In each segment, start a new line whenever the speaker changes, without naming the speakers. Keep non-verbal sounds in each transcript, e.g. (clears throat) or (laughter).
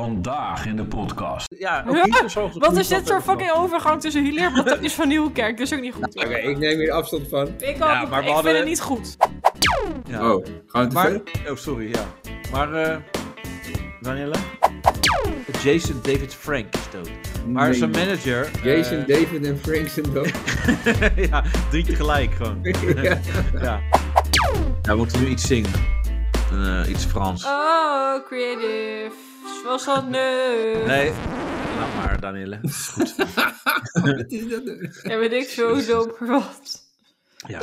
Vandaag in de podcast.
Ja, ook niet zo zorg dat
Wat
niet
is dit
dat
voor
we-
fucking overgang tussen Hilaire Blatter is van Nieuwkerk? Dat is ook niet goed.
Oké, ik neem hier afstand van.
Ik ook,
Ja,
niet.
maar we
ik
hadden-
vind het niet goed.
Ja.
Oh, gaan we te
Maar,
ver?
oh sorry, ja. Maar, eh Danielle? Jason David Frank is dood. Maar
Nee.
zijn manager... eh,
Jason,
(laughs)
David en Frank zijn dood.
ja, drie tegelijk
(laughs)
gewoon.
Ja.
ja. Ja, we moeten nu iets zingen. Eh, iets Frans.
Oh, creative. Zoals dat nu.
Nee. Laat maar, Danielle.
Wat is dat nou?
Ja, ben ik
(laughs)
zo dom voor wat.
Ja.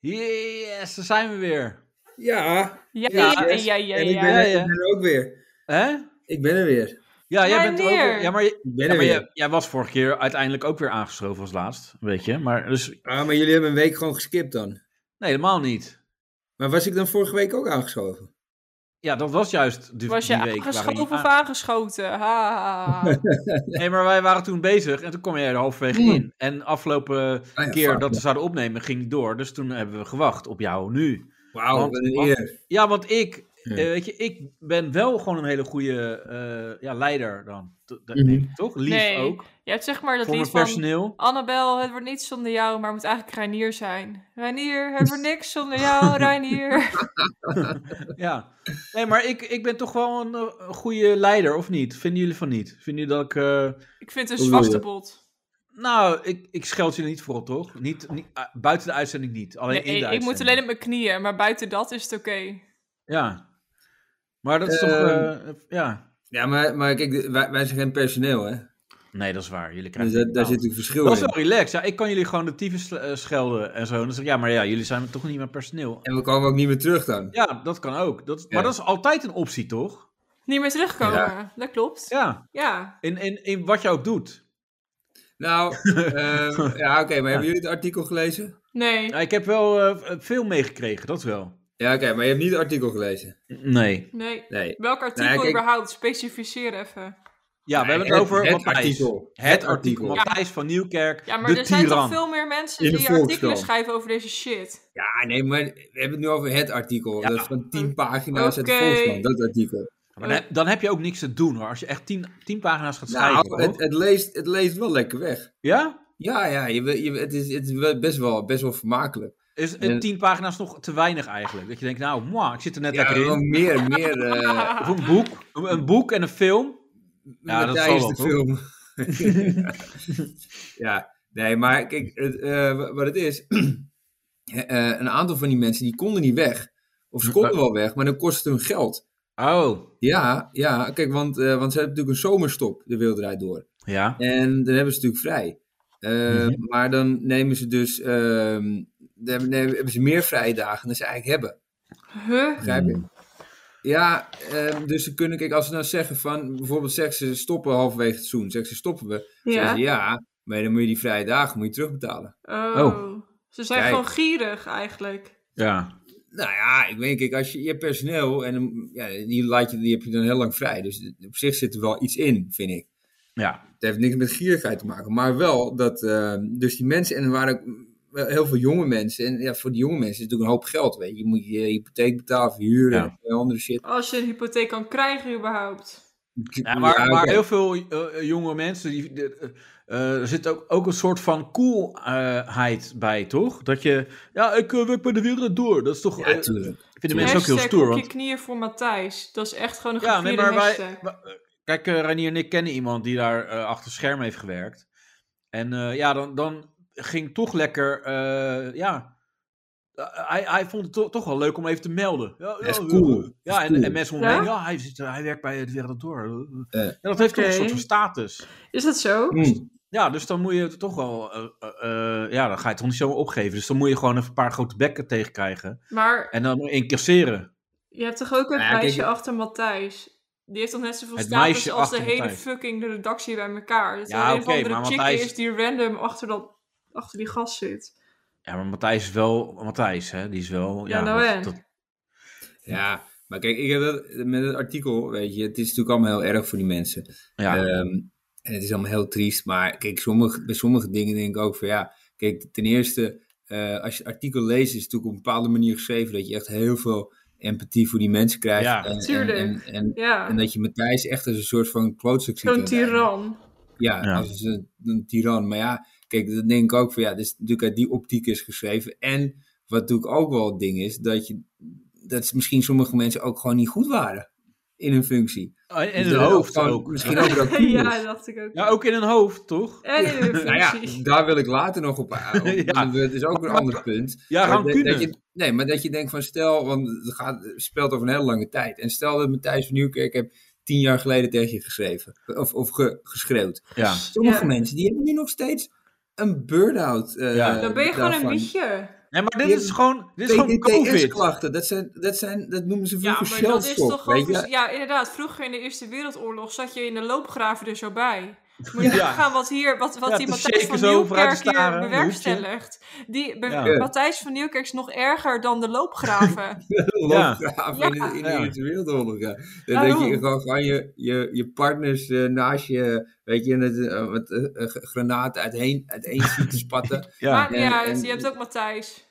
Yes, daar zijn we weer.
(laughs) Ja,
Ja,
Ja,
ja,
dus-
yes.
ja, ja,
en ik
ja.
ben,
ja.
er-
Ja, ja.
ik ben er ook weer.
Hè?
Ik ben er weer.
Ja, jij bent er ook
Wanneer?
weer. Ja, maar, je-
Ik ben
ja,
er
maar
weer.
jij, jij was vorige keer uiteindelijk ook weer aangeschoven als laatst, weet je. Maar dus, nee,
Ah, maar jullie hebben een week gewoon geskipt dan.
helemaal niet.
Maar was ik dan vorige week ook aangeschoven?
Ja, dat was juist die,
Was je
die week. waarin Ah.
aangeschoven of
aan-
aangeschoten? Ha, ha,
(laughs)
ha.
Nee, maar wij waren toen bezig en toen kom jij er halverwege in. En afgelopen
Ah Hmm. ja,
keer
fuck,
dat we
ja.
zouden opnemen ging niet door. Dus toen hebben we gewacht op jou nu.
Wauw,
Want-
wat een
want-
eer.
Ja, want ik,
Ja.
eh, weet je, ik ben wel gewoon een hele goede eh, ja, leider dan. T- dat
Mhm.
denk ik, toch? Lief
Nee,
ook.
Je hebt zeg maar dat
Voor mijn
lied van...
personeel.
Annabel, het wordt niets zonder jou, maar moet eigenlijk Reinier zijn. Reinier, het wordt niks zonder
(laughs)
jou, Reinier.
Ja. Nee, maar ik, ik ben toch wel een, eh, een goede leider, of niet? Vinden jullie van niet? Vinden jullie dat ik... eh,
Ik vind het een
Hoe bedoel je?
zwakste bot.
nou, ik, ik scheld jullie niet voor op, toch? Niet, niet, ah, buiten de uitzending niet. Alleen
Nee,
in de
ik moet
uitzending.
alleen op mijn knieën, maar buiten dat is het oké.
Ja. Maar dat is toch...
Ehm.
eh, ja.
Ja, maar, maar kijk, de- wij, wij zijn geen personeel, hè?
Nee, dat is waar. Jullie
Dus
krijgen...
dat, daar
betaald.
zit een verschil
dat is
in.
wel relaxed. Ja, ik kan jullie gewoon de tyfus eh, schelden en zo. En dan zeg ik, ja, maar ja, jullie zijn toch niet mijn personeel.
En we komen ook niet meer terug dan.
Ja, dat kan ook. Dat, Maar
Ja.
dat is altijd een optie, toch?
Niet meer terugkomen,
Ja.
dat klopt. Ja.
Ja, in, in, in wat je ook doet. (laughs)
Nou, ehm, ja, oké, maar hebben jullie het artikel gelezen?
Nee.
Ja, ik heb wel eh, veel meegekregen, dat wel.
Ja, oké, maar je hebt niet het artikel gelezen.
Nee.
Nee.
Nee.
Welk artikel
kijk-
überhaupt? Specificeer even.
Ja, we hebben het,
het-
over
het
Matthijs.
artikel.
Het,
Het
artikel.
artikel.
Matthijs van Nieuwkerk,
Ja, maar
de
er zijn
tiran.
toch veel meer mensen
In de
die artikelen
Volkskrant.
schrijven over deze shit.
Ja, nee, maar we hebben het nu over het artikel. Dat is van 10 pagina's uit de
Oké.
Volkskrant, dat artikel.
Maar dan, heb, dan heb je ook niks te doen, hoor. Als je echt tien, tien pagina's gaat schrijven,
Nou, het,
toch?
het, leest, het leest wel lekker weg.
Ja?
Ja, ja, je, wil- je, het is, het is wel best, wel, best wel vermakelijk.
Is
En-
tien pagina's nog te weinig eigenlijk? Dat je denkt, nou, mwah, ik zit er net
Ja,
lekker
wel
in.
meer, meer (laughs) eh
Of een boek, een een boek en een film. Ja, dat zal
Matthijs
wel,
de
toch?
film. (laughs) ja, nee, maar kijk, het, eh, wa- wat het is, (clears throat) eh, een aantal van die mensen die konden niet weg. Of ze konden wel weg, maar dan kost het hun geld.
Oh,
Ja, ja, kijk, want, eh, want ze hebben natuurlijk een zomerstop, de wereld draait door.
ja.
En dan hebben ze natuurlijk vrij. Eh, Maar dan nemen ze dus ehm, dan hebben, nemen- hebben ze meer vrije dagen dan ze eigenlijk hebben.
(laughs) Huh?
Begrijp je? Ja, ehm, dus ze kunnen, kijk, als ze nou zeggen van, bijvoorbeeld zeggen ze stoppen halverwege het seizoen, zeggen ze stoppen we. Ja.
Ja.
Zeggen ze ja, maar dan moet je die vrije dagen moet je terugbetalen.
Oh.
Oh.
Ze zijn
Kijk.
gewoon gierig eigenlijk.
Ja.
Nou ja, ik weet, kijk, als je, je hebt personeel en dan- ja, die, laat je, die heb je dan heel lang vrij. Dus op zich zit er wel iets in, vind ik.
Ja.
Het heeft niks met gierigheid te maken, maar wel dat, eh, dus die mensen, en er waren ook mm, wel heel veel jonge mensen. En ja, voor die jonge mensen is het natuurlijk een hoop geld, weet je. Je moet je hypotheek betalen, verhuren,
Ja.
en andere shit.
Als je een hypotheek kan krijgen überhaupt.
Ja, maar,
Ja,
maar
oké.
heel veel eh, jonge mensen, die, de- eh, eh, er zit ook, ook een soort van coolheid bij, toch? Dat je, ja, ik eh, werk bij de wereld door. Dat is toch,
Ja,
eh,
tuurlijk.
vinden mensen ook
Hashtag
heel stoer.
op je
Want,
knieën voor Matthijs. Dat is echt gewoon een
ja,
gevierde
nee, maar wij,
hashtag.
wa- kijk, eh Ranier en ik kennen iemand die daar eh, achter scherm heeft gewerkt. En eh, ja, dan, dan ging toch lekker, eh, ja... eh, Hij, hij vond het to- toch wel leuk om even te melden. Ja,
Dat is
ja,
cool.
Ja,
Dat is
en,
cool.
en mensen om me
Ja?
heen, ja, hij, zit, hij werkt bij de wereld door.
Eh.
Ja, dat heeft toch een
Oké.
soort van status.
Is dat zo?
Mm.
Ja, dus dan moet je toch wel. eh, eh, eh, ja, dan ga je het toch niet zomaar opgeven. Dus dan moet je gewoon even een paar grote bekken tegenkrijgen.
Maar
En dan moet je incasseren.
je hebt toch ook het
Ja, kijk,
meisje
ik-
achter Matthijs? Die heeft toch net zoveel
Nou Het
status
meisje
als de
achter
hele
Matthijs.
fucking de redactie bij elkaar. Dat
Ja,
er een
oké,
of andere
maar
chick
Matthijs-
is die random achter, dat, achter die gast zit.
Ja, maar Matthijs is wel. Matthijs, hè? Die is wel. Ja,
Ja, nou
dat-
en?
dat-
Ja, maar kijk, ik heb dat, met het artikel, weet je, het is natuurlijk allemaal heel erg voor die mensen.
ja.
Ehm, en het is allemaal heel triest, maar kijk, sommige, bij sommige dingen denk ik ook van ja, kijk, ten eerste, eh, eh, als je het artikel leest, is het natuurlijk op een bepaalde manier geschreven dat je echt heel veel empathie voor die mensen krijgt.
Ja.
en,
Tuurlijk.
En, en, en, en
Ja,
dat je Matthijs echt als een soort van klootzak ziet.
zo'n
aan het einde.
tiran.
Ja,
Ja.
als een, een tiran. Maar ja, kijk, dat denk ik ook van ja, dus natuurlijk uit die optiek is geschreven. En wat natuurlijk ook wel het ding is, dat, je, dat misschien sommige mensen ook gewoon niet goed waren in hun functie.
En
Dus
Oh, in hun
dat
hoofd
gewoon-
ook.
Misschien ook
(laughs)
dat
Ja,
ja,
dat dacht ik ook.
Ja, ook in hun hoofd, toch?
En
(laughs)
in de
nou ja,
functie.
daar wil ik later nog op aan.
Ja.
want Dat is ook een
Maar-
ander punt.
Ja,
Maar dat-
rancune.
dat je- nee, maar dat je denkt van stel, want het gaat, het speelt over een hele lange tijd. En stel dat Matthijs van Nieuwkerk heb tien jaar geleden tegen je geschreven. Of, of ge- geschreeuwd.
Ja.
Sommige
Ja.
mensen, die hebben nu nog steeds een burn-out. eh,
Ja.
Dan ben je gewoon een
daarvan.
mietje.
Nee, maar dit is gewoon, dit is gewoon COVID.
PTTS-klachten, dat, zijn, dat, zijn, dat noemen ze
Ja,
vroeger
maar dat is toch
shellshock, weet
gewoon...
je?
Ja, inderdaad. Vroeger in de Eerste Wereldoorlog zat je in de loopgraven er zo
(laughs)
bij. Moet je
Ja.
nagaan wat, hier, wat, wat
Ja,
die
te
Matthijs
shaken
van
zo, vooruit te
Nieuwkerk hier
staren,
bewerkstelligt. Die, be-
Ja.
Matthijs van Nieuwkerk is nog erger dan de loopgraven.
loopgraven in de, in de
Ja.
Eerste Wereldoorlog. Ja. Dan
Daarom.
denk je gewoon van je, je, je partners eh, naast je, weet je, met, eh, met eh, eh, granaten uiteen, uiteen zien te
(laughs)
spatten.
Ja,
Maakt niet
En-
uit.
en-
Je hebt ook Matthijs.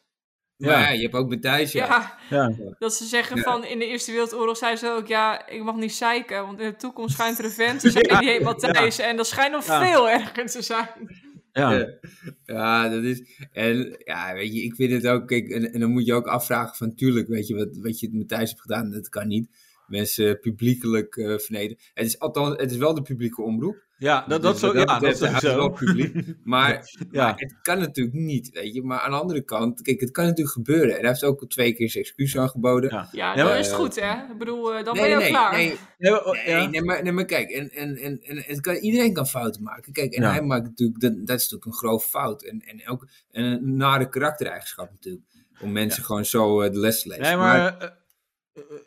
Ja.
Maar ja, je hebt ook Matthijs, ja.
Ja.
ja.
Dat ze zeggen
Ja.
van in de Eerste Wereldoorlog zeiden ze ook ja, ik mag niet zeiken, want in de toekomst schijnt er een
(laughs)
vent te zijn die heet Matthijs. En dat schijnt nog
Ja.
veel erger te zijn.
ja.
Ja. (laughs) Ja, dat is. En ja, weet je, ik vind het ook. Kijk, en, en dan moet je ook afvragen: van tuurlijk, weet je, wat, wat je met Matthijs hebt gedaan, dat kan niet. Mensen publiekelijk eh vernederen. Het is, althans, het is wel de publieke omroep.
Ja, dat, dat,
Dus
zo,
wat
ja, dat
betreft, hij is wel
sowieso. (laughs)
publiek. Maar,
Ja.
maar het kan natuurlijk niet, weet je. Maar aan de andere kant, kijk, het kan natuurlijk gebeuren. En hij heeft ook twee keer zijn excuus aangeboden.
Ja.
Ja,
Ja,
dan
maar-
is het goed hè. Ik bedoel, eh, dan
Nee,
ben je ook
nee,
klaar.
nee,
Nee, maar- oh,
Nee,
ja.
nee, maar, nee, maar kijk, en, en, en, en het kan, iedereen kan fouten maken. Kijk, en
Ja.
hij maakt natuurlijk, dat, dat is natuurlijk een grove fout. En, en ook en een nare karaktereigenschap natuurlijk. Om mensen gewoon zo eh, de les te lezen.
Nee, maar... eh,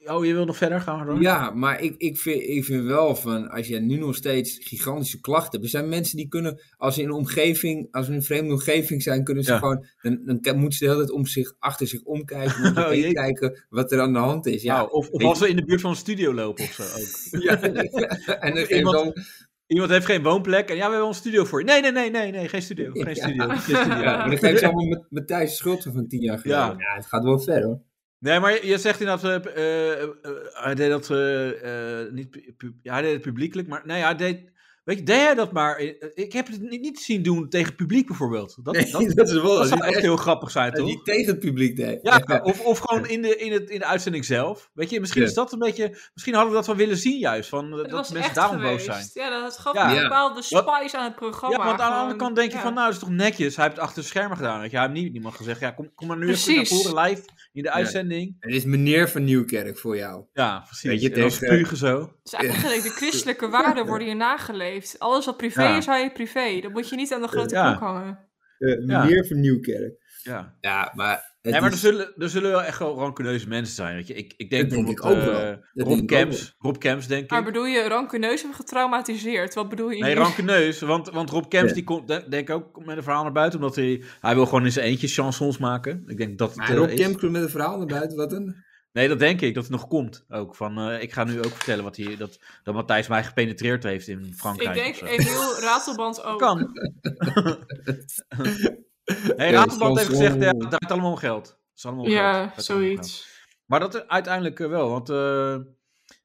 eh, oh, je wil nog verder gaan? maar door.
ja, maar ik, ik, vind, ik vind wel van, als je nu nog steeds gigantische klachten hebt. Er zijn mensen die kunnen, als ze in een omgeving, als ze in een vreemde omgeving zijn, kunnen ze
Ja.
gewoon, dan, dan ke- moeten ze de hele tijd om zich, achter zich omkijken. Om
(laughs)
zich
Oh,
heen
jee.
kijken wat er aan de hand is. Ja, (laughs)
Nou, of, of
Ik-
als we in de buurt van een studio lopen of zo ook.
(laughs) ja. en dan geeft
Iemand-
dan
(laughs) Iemand heeft geen woonplek en ja, we hebben een studio voor je. Nee, nee, nee, nee, nee geen studio. Geen
(laughs) Ja.
studio. Geen studio.
Ja, maar dat geeft ze allemaal met Matthijs Schulten van tien jaar geleden. Ja.
Ja.
het gaat wel ver hoor.
Nee, maar je- je zegt inderdaad, eh eh, eh, hij deed dat eh, eh, niet, pu- pu- ja, hij deed het publiekelijk, maar nee, hij deed, weet je, deed hij dat maar, eh, ik heb het niet, niet zien doen tegen het publiek bijvoorbeeld. Dat,
Nee, (laughs)
dat,
dat, is wel
dat zou
die
echt
echt-
heel grappig zijn,
die
toch?
tegen het publiek deed.
Ja, of, of gewoon in de, in, het, in de uitzending zelf. Weet je, misschien
Ja.
is dat een beetje, misschien hadden we dat wel willen zien juist, van, eh, dat,
dat, was
mensen
echt
daarom
geweest.
boos zijn.
Ja, dat gaf
Ja.
een bepaalde spice aan het programma.
Ja, want aan de andere
Gewoon,
kant denk je
ja.
van, nou, dat is toch netjes. Hij heeft het achter de schermen gedaan. Weet je. Hij heeft niet niemand gezegd, ja, kom, kom maar nu even naar
Precies.
voren live in de uitzending.
Het is meneer van Nieuwkerk voor jou.
Ja, precies.
Weet je,
en dan
tegen-
spugen zo.
Dus eigenlijk, de christelijke waarden worden hier nageleefd. Alles wat privé
Ja.
is, hou je privé. Dat moet je niet aan de grote
Ja.
klok hangen.
Eh,
Ja.
meneer van Nieuwkerk.
Ja.
Ja, maar, het
Nee, maar
is-
er zullen, er zullen wel echt wel rancuneuze mensen zijn. Weet je. Ik, ik denk
Dat denk ik
bijvoorbeeld,
ook wel.
eh,
Dat denk
Rob
ik ook
Camps. Rob Camps, denk
Maar
ik.
bedoel je rancuneus of getraumatiseerd? Wat bedoel je
Nee,
hier?
rancuneus. Want, want Rob Camps,
Ja.
die komt de- denk ik ook met een verhaal naar buiten. Omdat hij, hij wil gewoon in zijn eentje chansons maken. Ik denk dat het,
maar
eh,
Rob
is.
Kemp komt met een verhaal naar buiten. Wat een...
Nee, dat denk ik. Dat het nog komt ook. Van, eh, ik ga nu ook vertellen wat hij, dat, dat Matthijs mij gepenetreerd heeft in Frankrijk.
Ik denk
of zo.
Emiel Ratelband ook. (laughs)
kan. (laughs) hey,
Ja,
Ratenband
Frans
heeft gezegd, ja,
Rommel.
het draait allemaal om geld. Het is allemaal om geld. Het
Ja,
draait allemaal om geld.
zoiets.
Maar dat er uiteindelijk eh, wel, want eh,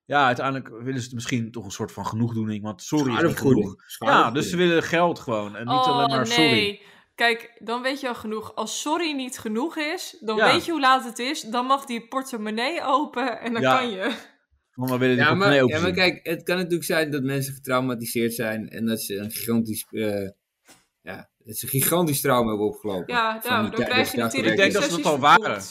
ja, uiteindelijk willen ze het misschien toch een soort van genoegdoening, want sorry is niet genoeg.
Schadevergoeding.
Ja,
Schadevergoeding.
dus ze willen geld gewoon en niet alleen maar sorry.
Oh, nee. Kijk, dan weet je al genoeg. Als sorry niet genoeg is, dan
Ja.
weet je hoe laat het is. Dan mag die portemonnee open en dan
Ja.
kan je.
Want we willen die
Ja, maar,
portemonnee
ja, maar
opzien.
kijk, het kan natuurlijk zijn dat mensen getraumatiseerd zijn. En dat ze een gigantisch... eh, ja, dat ze een gigantisch trauma hebben opgelopen.
Ja,
Van
nou,
die
dan
tijd
krijg je
dat ze
de therapie.
daar
Ik denk dat ze dat al waren.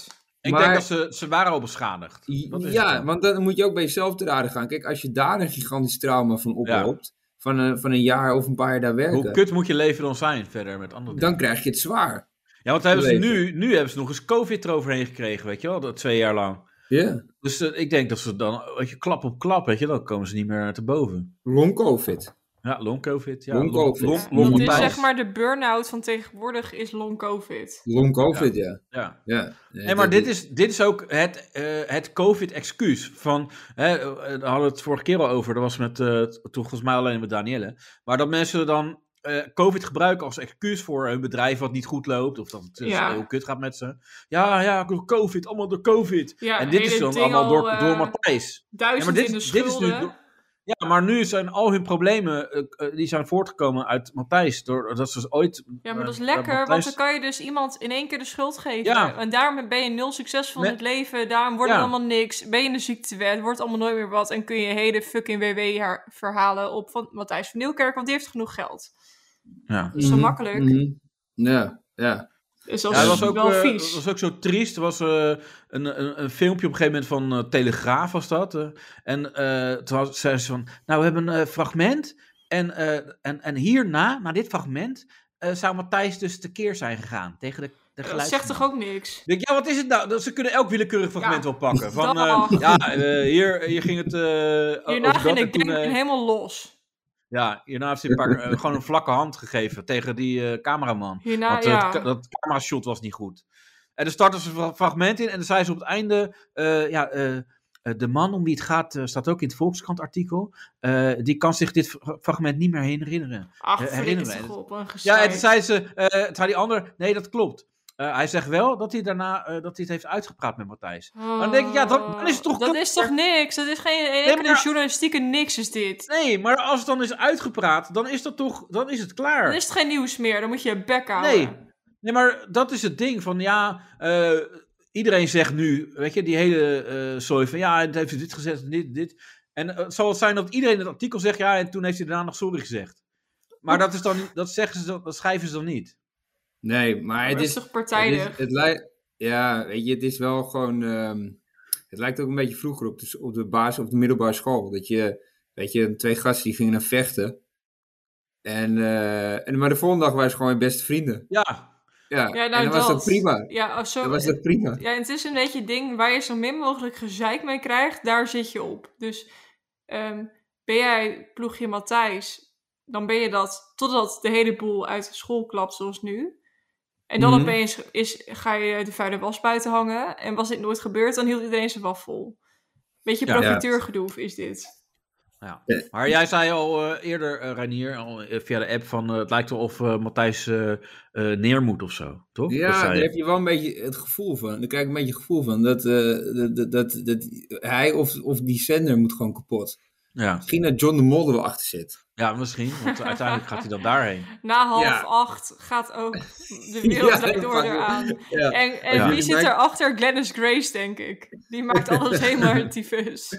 Ik
maar-
denk dat ze, ze waren al beschadigd. Dat is het
Ja,
dan.
want dan moet je ook bij jezelf te raden gaan. Kijk, als je daar een gigantisch trauma van oploopt, van, een, van een jaar of een paar jaar daar
Hoe
werken,
kut moet je leven dan zijn verder met andere dingen?
dan krijg je het zwaar.
Ja, want hebben ze
leven.
nu, nu hebben ze nog eens COVID eroverheen gekregen, weet je wel, dat twee jaar lang.
Ja,
Dus eh, ik denk dat ze dan, weet je, klap op klap, weet je, dan komen ze niet meer te boven.
long covid.
Ja, long covid. Ja,
Long
long-
covid.
long-
Ja,
long
Dat is
Matthijs.
zeg maar de burn-out van tegenwoordig is long covid.
Long covid, ja.
Ja.
ja. ja.
Nee, maar dit is, dit is ook het, eh, het covid-excuus. Van, hè, eh, daar hadden we het vorige keer al over. Dat was met, eh, toen volgens mij alleen met Danielle. Maar dat mensen dan eh, COVID gebruiken als excuus voor een bedrijf wat niet goed loopt. Of dat het eh,
Ja.
heel kut gaat met ze. Ja, ja, door COVID. Allemaal door COVID.
Ja,
en dit
hele
is dan
ding
allemaal door,
al, eh,
door Matthijs. Ja, maar
Duizend
dit,
in de
is- dit is
schulden.
nu. door- Ja, maar nu zijn al hun problemen eh, eh, die zijn voortgekomen uit Matthijs. Doordat ze ooit.
Ja, maar dat is
eh,
lekker, want
Matthijs-
dan kan je dus iemand in één keer de schuld geven.
Ja.
En daarom ben je nul succesvol in
Met-
het leven, daarom wordt het
Ja.
allemaal niks. Ben je in de ziektewet, wordt allemaal nooit meer wat. En kun je hele fucking WW-verhalen op van Matthijs van Nieuwkerk, want die heeft genoeg geld.
Ja.
Dat is dan makkelijk.
Mhm. Ja, ja.
Dus dat
Ja,
is
dat was ook,
wel
eh,
vies.
dat was ook zo triest. Er was eh, een, een, een filmpje op een gegeven moment van eh, Telegraaf was dat. eh. en eh, toen was- zei ze van, nou we hebben een eh, fragment. En, eh, en, en hierna, na dit fragment, eh, zou Matthijs dus tekeer zijn gegaan tegen de, de
dat
geluids.
zegt toch ook niks?
Ik denk, ja, wat is het nou? Dat- Ze kunnen elk willekeurig fragment
Ja,
wel pakken. Van,
dag.
eh, ja, eh, hier, hier ging het eh
Hierna
over dat
ging
en
ik
toen,
denk
eh,
helemaal los.
Ja, hierna heeft hij een paar- eh, gewoon een vlakke hand gegeven tegen die eh, cameraman.
Hierna,
Want
ja.
eh, dat, ka- dat camera-shot was niet goed. En dan starten ze een fragment in en dan zei ze op het einde... eh, ja, eh, eh, de man om wie het gaat, eh, staat ook in het Volkskrant-artikel... eh, die kan zich dit fra- fragment niet meer herinneren.
Ach,
eh,
flikker
herinneren wij
toch
het.
op, een
Ja, en
gezeik.
toen zei ze... eh, toen zei die ander, nee, dat klopt. Eh, hij zegt wel dat hij daarna eh, dat hij het heeft uitgepraat met Matthijs. dan denk ik, ja, dan- dan is het toch
Oh, Dat
klaar.
is toch niks? Dat is geen enkele
maar-
journalistieke niks is dit.
Nee, maar als het dan is uitgepraat, dan is dat toch... Dan is het klaar.
Dan is het geen nieuws meer, dan moet je je bek houden.
Nee. Nee, maar dat is het ding van ja. eh, iedereen zegt nu, weet je, die hele eh zooi van ja, het heeft dit gezegd, en dit, dit. En eh, het zal het zijn dat iedereen in het artikel zegt ja, en toen heeft hij daarna nog sorry gezegd. Maar dat, is dan, dat, zeggen ze, dan- dat schrijven ze dan niet.
Nee, maar
Het
het
is
is...
toch partijdig?
Het, is- het lijkt, ja, weet je, het is wel gewoon. ehm, het lijkt ook een beetje vroeger op de, op de basis, op de middelbare school. Dat je, weet je, twee gasten die gingen naar vechten. En, eh, en, maar de volgende dag waren ze gewoon weer beste vrienden.
Ja,
Ja,
Ja, nou,
en dan was
dat.
dat prima.
Ja, oh, sorry.
Dan was dat prima.
ja, het is een beetje het ding waar je zo min mogelijk gezeik mee krijgt, daar zit je op. Dus ehm, ben jij ploegje Matthijs, dan ben je dat totdat de hele boel uit de school klapt zoals nu. En dan
Mhm.
opeens is, ga je de vuile was buiten hangen. En was dit nooit gebeurd, dan hield iedereen zijn waffel. Beetje
Ja.
profiteurgedoe is dit.
Ja.
Ja.
Maar jij zei al eh, eerder, eh Reinier, al, eh, via de app van eh, het lijkt wel of eh, Matthijs eh, eh, neer moet of zo, toch? Dat
Ja,
zei
daar
je.
heb je wel een beetje het gevoel van. Daar krijg ik een beetje het gevoel van. Dat, eh, dat, dat, dat, dat hij of, of die zender moet gewoon kapot.
ja.
Misschien dat John de Mol er wel achter zit.
ja, misschien. Want uiteindelijk gaat hij dan daarheen.
Na half
Ja.
acht gaat ook de wereld
(laughs) Ja,
draait door
fuck.
eraan.
Ja.
En, en
Ja.
wie zit erachter? Glennis Grace, denk ik. Die maakt alles helemaal tyfus.
Ja.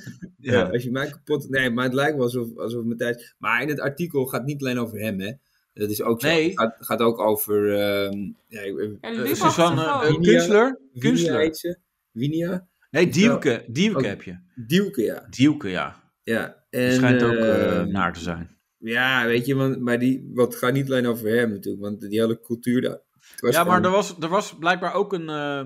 Eh,
Eh,
als je mij kapot... Nee, maar het lijkt wel alsof, alsof Matthijs... Maar in het artikel gaat het niet alleen over hem, hè. Dat is ook zo.
Nee.
Het gaat, gaat ook over... ehm ja, ik- eh,
En
Eh,
Lubach
Suzanne,
toch
eh,
ook?
Winia-
Kunstler?
Winia
Kunstler.
heet ze. Winia?
Nee, Dielke, Dielke
Oh.
heb je.
Dielke, ja.
Dielke, ja.
ja.
Die
En,
schijnt ook
eh,
eh, naar te zijn.
Ja, weet je, want, maar die, wat gaat niet alleen over hem natuurlijk. Want die hele cultuur daar... het was
Ja, maar er
gewoon-
was, er was blijkbaar ook een, eh,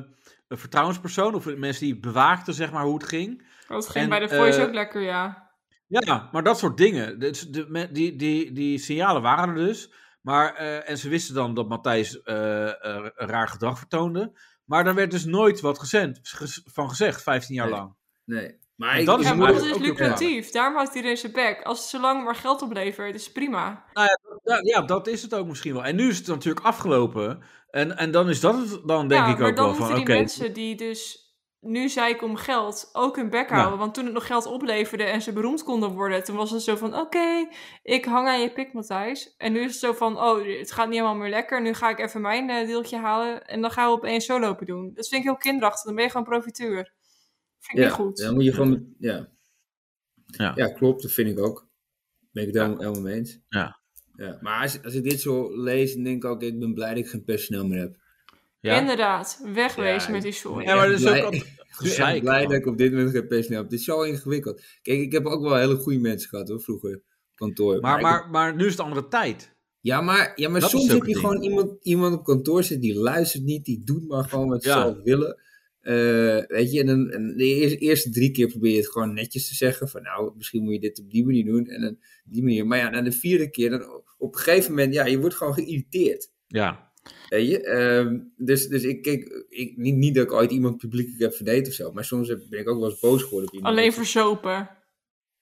een vertrouwenspersoon, of mensen die bewaakten zeg maar, hoe het ging.
Dat ging
En,
bij de Voice
eh,
ook lekker, ja.
Ja, maar dat soort dingen. Dus de, me- die, die, die signalen waren er dus. Maar, eh, en ze wisten dan dat Matthijs eh, eh, raar gedrag vertoonde. Maar daar werd dus nooit wat gezend, ges- van gezegd, 15 jaar
Nee.
lang.
Nee. Maar
En dat
ik-
is
Ja,
ik-
maar dat
ook
is
heel
lucratief. Daarom houdt hij deze bek. Als het zolang maar geld oplevert, is het prima.
Ja, ja, dat is het ook misschien wel. En nu is het natuurlijk afgelopen. En, en dan is dat het dan denk
ja,
ik
maar
ook
dan
wel van,
moeten
oké.
die mensen die dus nu zeiken om geld ook hun bek
Ja.
houden. Want toen het nog geld opleverde en ze beroemd konden worden, toen was het zo van, oké, ik hang aan je pik, Matthijs. En nu is het zo van, oh, het gaat niet helemaal meer lekker. Nu ga ik even mijn eh, deeltje halen en dan gaan we opeens zo lopen doen. Dat vind ik heel kinderachtig. Dan ben je gewoon profiteur. Vind ik
Ja,
niet goed.
dan moet je gewoon... Ja.
Ja.
Ja. klopt. Dat vind ik ook. Ben ik het helemaal, helemaal mee eens.
Ja.
ja. Maar als, als ik dit zo lees, dan denk ik ook... Ik ben blij dat ik geen personeel meer heb.
ja.
Inderdaad, wegwezen
Ja,
met die zooi.
Ja, maar dat is ook
Blij-
altijd
Ik
(laughs)
ben
gezeik,
echt blij
man.
dat ik op dit moment geen personeel heb. Het is zo ingewikkeld. Kijk, ik heb ook wel hele goede mensen gehad hoor, vroeger. op Kantoor.
Maar,
ik-
maar, maar nu is het andere tijd.
ja, maar, ja, maar
Dat is
soms
ook
heb je
het ding.
gewoon iemand, iemand op kantoor zitten die luistert niet, die doet maar gewoon wat ze
Ja.
zelf willen. Eh, weet je, en, dan, en de eer- eerste drie keer probeer je het gewoon netjes te zeggen. Van nou, misschien moet je dit op die manier doen en dan die manier. Maar ja, na de vierde keer, dan op een gegeven moment, ja, je wordt gewoon geïrriteerd.
Ja.
Weet je? ehm, dus, dus ik kijk, ik, niet, niet dat ik ooit iemand publiekelijk heb vernederd of zo, maar soms heb- ben ik ook wel eens boos geworden op iemand.
Alleen
voor
verzopen.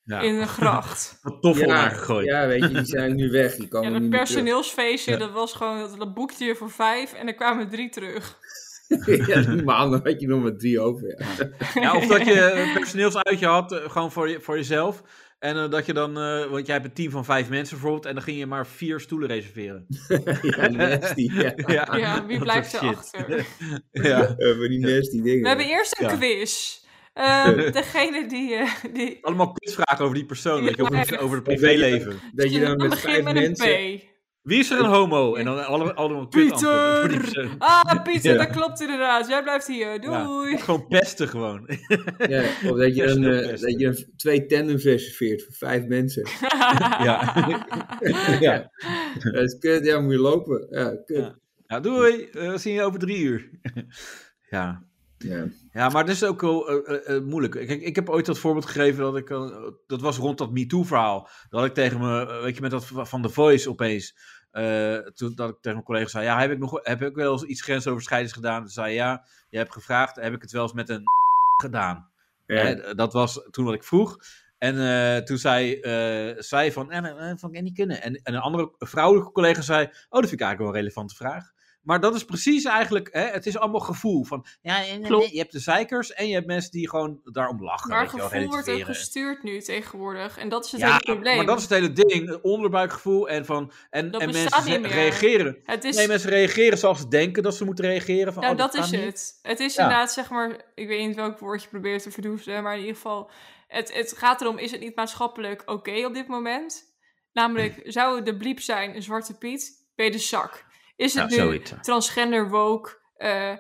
Ja.
in een
(laughs)
gracht.
Wat tof
Ja,
ja, gegooid.
Ja, weet je, die zijn nu weg. Die komen
En
nu
een
niet terug.
personeelsfeestje,
Ja.
dat was gewoon, dat boekte je voor vijf en er kwamen drie terug.
(laughs) ja, normaal dan had je nog maar drie over. Ja.
Ja, of dat je een personeelsuitje had, eh, gewoon voor, je, voor jezelf. En eh, dat je dan, eh, want jij hebt een team van vijf mensen bijvoorbeeld, en dan ging je maar vier stoelen reserveren.
(laughs) ja, die nasty. Ja.
(laughs) Ja, (laughs)
(laughs) Ja, wie
What
blijft
the
er
shit.
achter?
ja.
Eh, maar die nasty dingen.
We hebben eerst een
Ja.
quiz. Ehm, degene die, eh, die
Allemaal kutvragen over die persoon, weet je, over,
Ja.
het- over het privéleven.
dat je dan met
begint
vijf
met een
mensen...
P.
Wie is er een homo? En dan alle- allemaal kutantwoorden (laughs) voor die
Pieter!
persoon.
Ah, Pieter,
Ja.
dat klopt inderdaad. Jij blijft hier.
Ja.
Doei.
Gewoon pesten gewoon. (laughs)
Ja, of dat je, dan, eh,
Personeelpesten.
dat je dan twee tandems reserveert voor vijf mensen.
(laughs)
Ja. Ja,
dat is kut, ja, moet je lopen. Ja, kut.
ja doei, eh, zien je over drie uur. (laughs) ja.
Ja.
Ja, maar dat is ook wel eh, eh, eh, moeilijk. Kijk, ik heb ooit dat voorbeeld gegeven dat ik. eh, dat was rond dat MeToo-verhaal. Dat ik tegen me. eh, Weet je, met dat va- van The Voice opeens. eh, toen dat ik tegen mijn collega zei: Ja, heb ik, nog, heb ik wel eens iets grensoverschrijdends gedaan? Toen zei hij, Ja, je hebt gevraagd. Heb ik het wel eens met een. (laughs) gedaan?
Ja.
Hè, dat was toen wat ik vroeg. En eh, toen zei eh, zij van. En dat van ik niet kunnen. En, en een andere vrouwelijke collega zei: Oh, dat vind ik eigenlijk wel een relevante vraag. Maar dat is precies eigenlijk, hè, het is allemaal gevoel. Van, ja, en- en-
Klopt.
je hebt de zeikers en je hebt mensen die gewoon daarom lachen.
Maar
weet je wel,
gevoel wordt ook
relativeren.
gestuurd nu tegenwoordig. En dat is het
Ja,
hele probleem.
maar dat is het hele ding. het Onderbuikgevoel en van. En,
Dat
en
bestaat
mensen
niet
ze-
meer.
reageren.
Het is,
Nee, mensen reageren zoals ze denken dat ze moeten reageren. Van,
nou,
oh,
dat is
kan niet.
het. Het is
Ja.
inderdaad, zeg maar, ik weet niet welk woord je probeert te verdoezelen, maar in ieder geval, het, het gaat erom, is het niet maatschappelijk oké op dit moment? Namelijk,
Mhm.
zou de bliep zijn een zwarte piet? Ben je de zak? Is het
Ja,
nu
zoiets.
transgender, woke, eh,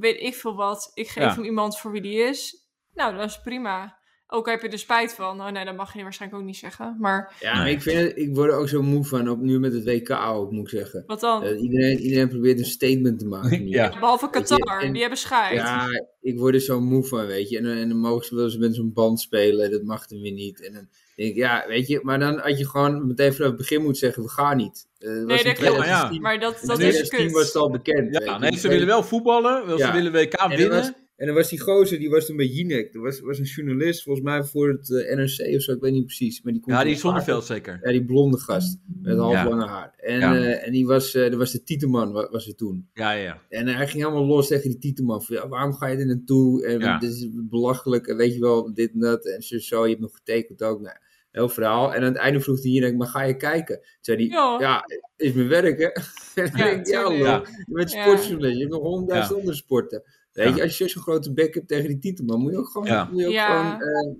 weet ik veel wat. Ik geef
Ja.
hem iemand voor wie die is. Nou, dat is prima. Ook al heb je er spijt van. Oh nee, dat mag je waarschijnlijk ook niet zeggen. Maar
Ja, maar ik, vind het- ik word er ook zo moe van, op, nu met het WK ook, moet ik zeggen.
wat dan?
Eh, iedereen, iedereen probeert een statement te maken. nu.
Ja.
Behalve
weet je,
Qatar,
en-
die hebben scheid.
Ja, ik word er zo moe van, weet je. En, dan- en dan mogen ze wel eens met zo'n band spelen, dat mag dan weer niet. En dan denk ik, ja, weet je, maar dan had je gewoon meteen vanaf het begin moeten zeggen, we gaan niet. Eh, dat was in
dat klopt.
2010
Maar dat,
in
dat is dus
2010
kut.
was het al bekend. weet
Ja,
je.
nee, ze willen wel voetballen, wel-
Ja.
ze willen WK
En er
winnen.
was- En dan was die gozer, die was toen bij Jinek. Er was, was een journalist, volgens mij voor het eh, NRC of zo, ik weet niet precies. Maar die komt
ja,
van
die
Vaart.
Zonneveld zeker.
Ja, die blonde gast met half lange haar. En,
Ja.
eh, en die was, eh, dat was de Tieteman, wa- was het toen.
Ja, ja, ja.
En hij ging allemaal los tegen die Tieteman. Van, ja, waarom ga je er naartoe? En
Ja.
dit is belachelijk. En weet je wel, dit en dat. En zo, zo. Je hebt nog getekend ook. Nou, heel verhaal. En aan het einde vroeg hij hier, maar ga je kijken? Toen zei hij,
Ja.
ja, is mijn werk, hè? (laughs) en
Ja,
ja, ik, ja,
tuurlijk.
lul. je bent
Ja.
sportjournalist. Je hebt nog honderdduizend
Ja.
andere sporten. Weet
Ja.
je, als je zo'n grote bek hebt tegen die Tieteman, moet je ook gewoon...
Ja.
Moet je ook
Ja.
gewoon eh,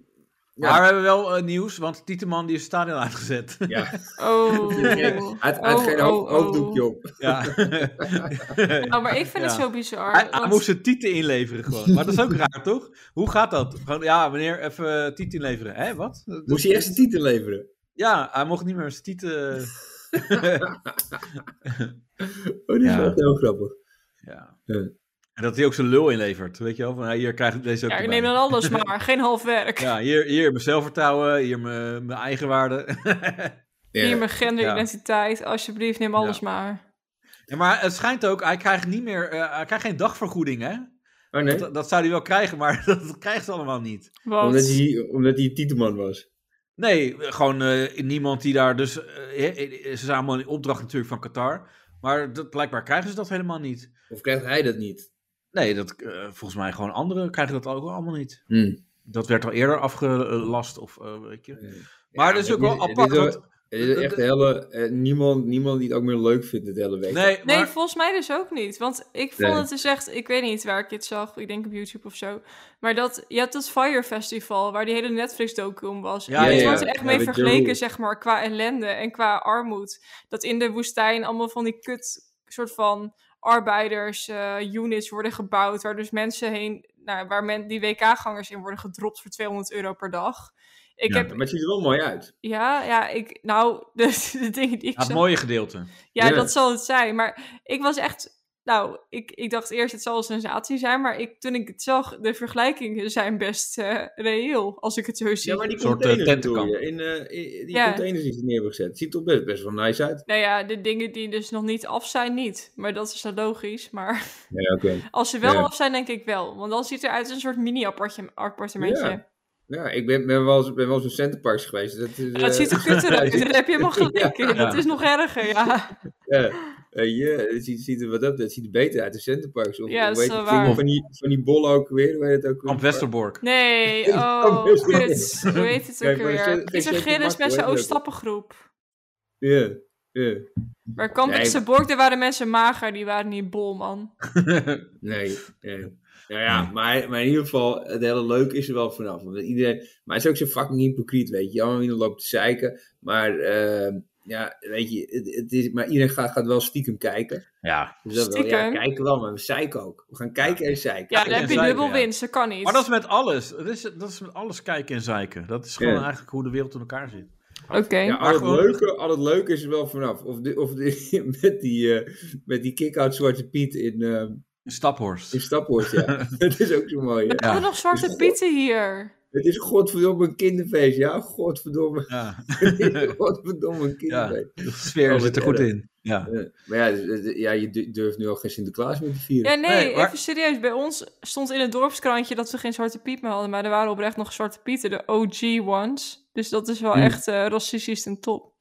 Ja.
Maar we hebben wel eh, nieuws, want Tieteman die is het stadion uitgezet.
ja.
Oh.
Hij had, hij had
Oh,
geen
oh,
hoofd-
oh.
hoofddoekje op.
(laughs) Ja.
Oh,
(laughs)
maar ik vind het
Ja.
zo bizar.
Hij, hij
want-
moest zijn tieten inleveren gewoon. Maar dat is
(laughs)
ook raar, toch? Hoe gaat dat? Gewoon, ja, meneer, even eh, tieten inleveren. Hé, wat?
Moest hij echt zijn titel leveren?
Ja, hij mocht niet meer zijn eh, tieten...
Oh, dit is
Ja.
wel heel grappig.
Ja.
Ja.
En dat hij ook zijn lul inlevert, weet je wel? Van, ja, hier krijg ik deze ook
Ja, ik
erbij.
neem dan alles maar. Geen half werk.
Ja, hier, hier mijn zelfvertrouwen, hier mijn, mijn eigenwaarde. (laughs)
Ja.
Hier mijn genderidentiteit. Alsjeblieft, neem alles maar.
ja, maar het schijnt ook, hij krijgt niet meer... eh, hij krijgt geen dagvergoeding, hè?
Oh nee,
Dat, dat zou hij wel krijgen, maar (laughs) dat krijgt ze allemaal niet.
Want
omdat hij, omdat hij Tieteman was.
Nee, gewoon eh, niemand die daar dus... eh, eh, eh, ze zijn allemaal in opdracht natuurlijk van Qatar. Maar dat, blijkbaar krijgen ze dat helemaal niet.
Of krijgt hij dat niet?
Nee, dat, eh, volgens mij gewoon anderen krijgen dat ook allemaal niet.
Hmm.
Dat werd al eerder afgelast of eh, weet je. Maar
Ja,
dat is
maar
ook wel
dit- dit
apart.
is wel-
want-
Het is echt een hele, eh, niemand, niemand die het ook meer leuk vindt het hele week.
nee,
Nee,
maar,
volgens mij dus ook niet. Want ik vond
Nee.
het dus echt... Ik weet niet waar ik dit zag. Ik denk op YouTube of zo. Maar dat, je hebt dat Fire Festival... waar die hele Netflix-docu om was.
Ja,
en dat
ja,
wordt
ja.
er echt
Ja,
mee
met
vergeleken,
Jeroen.
zeg maar... qua ellende en qua armoed. Dat in de woestijn allemaal van die kut... soort van arbeiders-units worden gebouwd... waar dus mensen heen... Nou, waar men, die WK-gangers in worden gedropt voor 200 euro per dag. Ik
Ja.
heb
Maar het ziet er wel mooi uit.
Ja, ja, ik, nou, (laughs) de, de dingen die ik
Ja, het
zag,
mooie gedeelte.
ja,
Ja.
dat zal het zijn. Maar ik was echt, nou, ik, ik dacht eerst het zal een sensatie zijn, maar ik, toen ik het zag, de vergelijkingen zijn best eh, reëel, als ik het zo zie.
Ja, maar die
soort, eh,
containers
tentenkamp.
bedoel je, in, eh, in- die
Ja.
containers die ze neer hebben gezet. Het ziet er best, best wel nice uit.
Nou ja, de dingen die dus nog niet af zijn, niet. Maar dat is dan logisch. Maar (laughs)
Ja, oké.
als ze wel
Ja.
af zijn, denk ik wel. Want dan ziet het eruit als een soort mini-appartementje.
Ja. Ja, ik ben, ben wel eens ben wel eens op Centerparks geweest. Dat, is,
Dat
eh,
ziet er kutter uit.
ja,
Daar heb je helemaal gelijk in.
Ja.
Dat is nog erger, ja.
(laughs) Ja, eh, ja, het ziet, ziet er wat op. Dat ziet er beter uit de Centerparks. Of,
Ja,
of
dat
weet
is
je,
wel waar.
Van die, van die bollen ook weer. Hoe heet het ook? weer?
Kamp Westerbork.
(laughs)
Nee,
kan
oh,
best wel.
kut. Hoe heet het
Nee,
ook
maar er zit-
weer?
er
Pieter
zit
Gillis
Marco,
met zijn
hè, leuk.
Oostappengroep.
Ja, ja.
Maar Kamp
Nee.
nee. Borg, daar waren mensen mager, die waren niet bol, man.
Nee, nee. Nou ja, maar, maar in ieder geval, het hele leuk is er wel vanaf. Want iedereen, maar het is ook zo fucking hypocriet, weet je. Allemaal iedereen loopt te zeiken. Maar eh, ja, weet je, het, het is, maar iedereen gaat, gaat wel stiekem kijken.
ja.
Dus dat wel, (laughs) ja,
Stiekem?
kijken wel, maar we zeiken ook. We gaan kijken en zeiken.
Ja, dan heb je
zeiken,
dubbel
ja.
winst, dat kan niet.
Maar dat is met alles. Dat is, dat is met alles kijken en zeiken. Dat is gewoon
Ja.
eigenlijk hoe de wereld in elkaar zit.
Oké.
Ja,
Maar
al het,
gewoon-
leuke, al het leuke is er wel vanaf. Of, de, of de, (laughs) met die, eh, met die kick-out Zwarte Piet in, eh,
In Staphorst.
in Staphorst, ja. dat is ook zo mooi, hè.
We hadden nog zwarte pieten hier.
Het is godverdomme een kinderfeest, ja. Godverdomme, (laughs)
Ja, (laughs)
het is godverdomme een kinderfeest.
ja. de sfeer
Oh,
zit er
wat
goed in. Ja.
Ja, maar ja, dus, eh, ja, je du- durft nu al geen Sinterklaas meer te vieren.
Ja, nee,
Nee, maar-
even serieus. Bij ons stond in het dorpskrantje dat we geen zwarte piet meer hadden. Maar er waren oprecht nog zwarte pieten, de OG ones. Dus dat is wel
Hmm.
echt eh, racistisch ten top.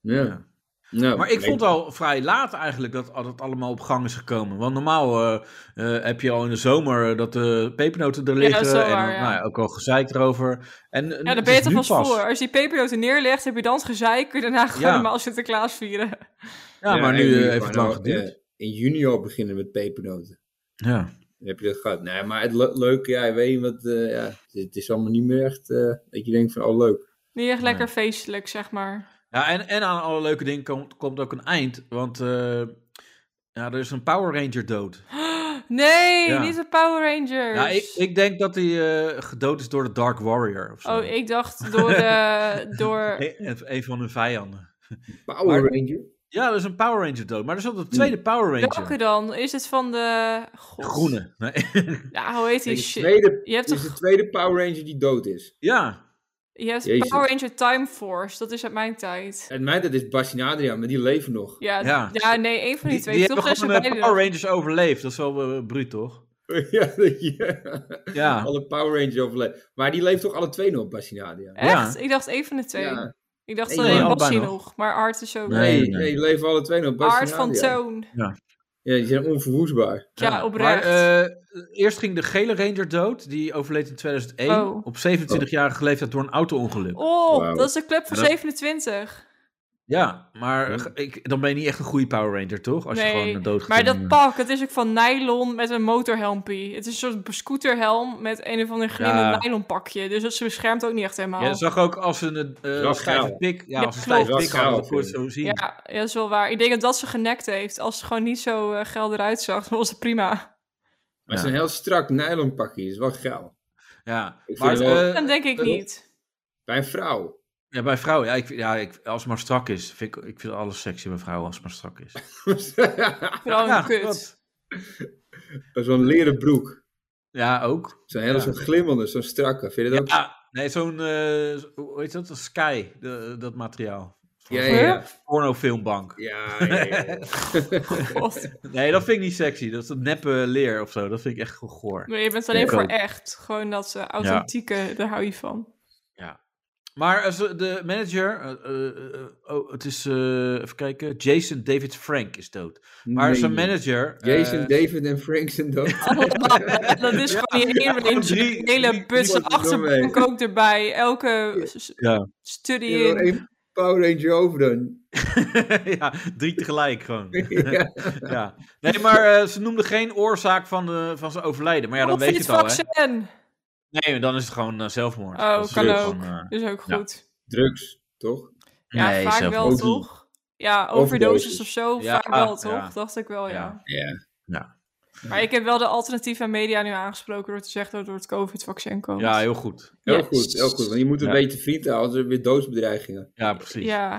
Ja.
Ja.
Nou,
Maar ik
nee.
vond al vrij laat eigenlijk dat het allemaal op gang is gekomen. Want normaal eh, eh, heb je al in de zomer eh, dat de pepernoten er liggen.
dat is wel
en dan,
waar, ja.
nou, ook al gezeik erover. En, eh,
Ja, daar
het
ben je
is
toch
nu
vast
pas.
voor. Als je die pepernoten neerlegt, heb je dan het gezeik. Kun je daarna gewoon
Ja.
normaal Sinterklaas vieren.
Ja, maar
en
nu eh, heeft
gewoon
het lang
al,
geduurd.
eh, in juni al beginnen met pepernoten.
Ja.
Dan heb je dat gehad. Nee, maar het le- leuke, ja, ik weet niet wat, eh, ja, het, het is allemaal niet meer echt, eh, dat je denkt van, oh leuk.
Niet echt lekker feestelijk, zeg maar.
Ja, en, en aan alle leuke dingen komt, komt ook een eind. Want eh, ja, er is een Power Ranger dood.
Nee,
Ja.
niet de Power Rangers.
Ja, ik, ik denk dat hij eh, gedood is door de Dark Warrior of zo.
Oh, ik dacht door de...
(laughs)
door...
E- Een, een van hun vijanden.
Power
Maar-
Ranger?
Ja, er is een Power Ranger dood. Maar er is ook
Hmm.
een tweede Power Ranger.
Welke dan? Is het van de... God.
Groene. Nee. (laughs)
Ja, hoe heet die
Het is de
shit?
tweede,
Je hebt
het is
toch-
de tweede Power Ranger die dood is.
ja,
Je hebt
Jezus.
Power Ranger Time Force. Dat is uit mijn tijd.
En mij, dat is Bas en Adriaan, maar die leven nog.
Ja,
Ja.
ja. nee, één van die, twee.
die
Toch
hebben
is er
gewoon de
beide nog.
Power Rangers overleefd. Dat is wel eh, bruut, toch?
(laughs) ja, dat je-
Ja.
alle Power Rangers overleven. Maar die leeft toch alle twee nog, Bas en Adriaan?
Echt? Ik dacht één van de twee.
Ja.
Ik dacht
Nee,
alleen
nee,
Bassie
allebei
nog. Maar Art is ook...
Nee,
Nee,
nee.
nee, die leven alle twee nog, Bas
Art
en
van
Adriaan.
Toon.
Ja, die zijn onverwoestbaar.
Ja,
Maar,
oprecht.
eh, eerst ging de gele ranger dood. Die overleed in 2001.
Oh.
Op 27-jarige leeftijd door een auto-ongeluk.
Oh,
Wauw.
dat is de club van
Ja, dat-
27.
Ja, maar eh, ik, dan ben je niet echt een goede Power Ranger, toch? Als je gewoon eh, dood
maar dat pak, het is ook van nylon met een motorhelmpie. Het is een soort scooterhelm met een of ander glimmend
Ja.
nylon pakje. Dus dat ze beschermt ook niet echt helemaal.
Je zag ook als een eh
Wel
stijve
gaaf.
pik. Ja,
Ja,
als een
klopt.
stijve pik
Wel
hadden we
gaaf,
kort
ja.
zo zien. Ja.
ja, ja, dat is wel waar. Ik denk dat dat ze genekt heeft. Als ze gewoon niet zo eh, geil eruit zag, dan was het prima.
Maar
Ja.
het is een heel strak nylon pakje, is wel gaal. Ik
Maar
vind het wel-
eh,
Dan denk ik
dat-
niet.
Bij een vrouw. (laughs)
ja, bij vrouwen, ja, ik, vind- ja ik, als het maar strak is. Vind ik, ik vind alles sexy bij vrouwen als het maar strak is.
Vooral
ja,
een Oh, kut.
dat.
zo'n leren broek.
Ja, ook.
Zo'n hele
Ja.
zo'n glimmende, zo'n strakke. Vind je dat ook?
Ja, nee, zo'n, eh, hoe heet dat? Een Sky, de- dat materiaal.
Ja,
Zo'n
ja, ja.
Pornofilmbank.
Ja, ja, ja, ja.
God.
Nee, dat vind ik niet sexy. Dat is dat neppe leer of zo. Dat vind ik echt gewoon goor.
Maar je bent alleen
Ik
voor
ook.
echt. Gewoon dat ze authentieke, daar hou je van.
Maar als eh, de manager, eh, eh, eh, oh, het is, eh, even kijken, Jason David Frank is dood. (laughs) Maar
Nee,
zijn
joh.
manager... eh, Oh,
Jason, David en Frank zijn
(laughs)
dood.
Dat is gewoon die
Ja,
ene
gewoon
een
drie- drie-
hele
drie-
butsen achterbank
drie-
ook erbij. Elke s-
Ja.
Je
studie
wil
in.
één Power Ranger over
(laughs)
dan.
ja, drie tegelijk gewoon.
Ja.
ja. Nee, maar eh, ze noemde geen oorzaak van, de, van zijn overlijden. Maar ja, dan
Of
weet je
dit
het al, hè?
Oh, vaccin.
Nee, maar dan is het gewoon eh, zelfmoord.
Oh,
Dat is
kan
weer
ook.
gewoon, eh,
Dus ook
Ja.
goed.
Drugs, toch?
Ja,
nee,
vaak
zelfmoord.
wel
Overdoses.
toch? Ja,
Overdoses.
overdoses of zo,
Ja,
vaak wel toch?
ja.
Dacht ik wel, ja.
Ja.
Ja.
Maar ik heb wel de alternatieve media nu aangesproken door te zeggen dat het door het COVID-vaccin komt.
Ja, heel goed.
Heel
Ja.
goed, heel goed. Want je moet een
Ja.
beetje vriend houden, anders heb je weer doodsbedreigingen.
Ja, precies. Ja,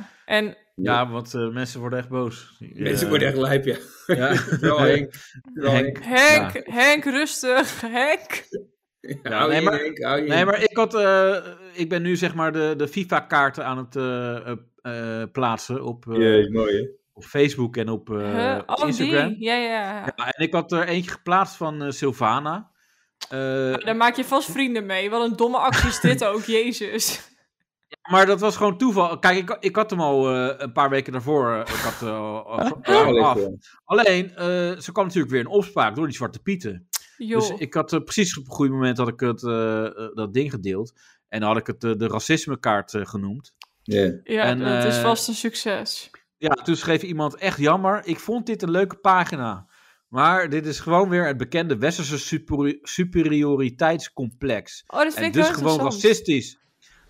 Ja, en
want eh, mensen worden echt boos.
Mensen
Eh,
worden echt lijp, ja. (laughs)
Ja.
Wel Henk. Wel
Henk.
Henk.
Henk, Henk, rustig, Henk.
Ja,
Ja,
hou
nee,
je
maar-
Henk, hou je
Nee,
Henk.
maar ik had... eh, ik ben nu zeg maar de, de FIFA-kaarten aan het eh, eh, eh, plaatsen op, eh,
Jee, mooi hè.
op Facebook en op eh,
Huh?
op
oh,
Instagram.
die. Ja, ja.
Ja, en ik had er eentje geplaatst van eh, Sylvana. Eh,
Nou, Oh, Daar maak je vast vrienden mee. Wat een domme actie is dit
(laughs)
ook, jezus.
maar dat was gewoon toeval. Kijk, ik, ik had hem al eh, een paar weken daarvoor. eh, ik had, eh, al-
(laughs)
al- al- af. Alleen, eh ze kwam natuurlijk weer in opspraak door die zwarte pieten.
Joh.
Dus ik had eh, precies op een goed moment had ik het, eh, eh, dat ding gedeeld. En had ik het eh, de racismekaart eh, genoemd.
Ja.
ja,
en,
dat is
eh,
vast een succes.
Ja, toen schreef iemand echt jammer. Ik vond dit een leuke pagina. Maar dit is gewoon weer het bekende westerse superi- superioriteitscomplex.
Oh, dat vind
En
ik
dus
wel
gewoon
interessant.
racistisch.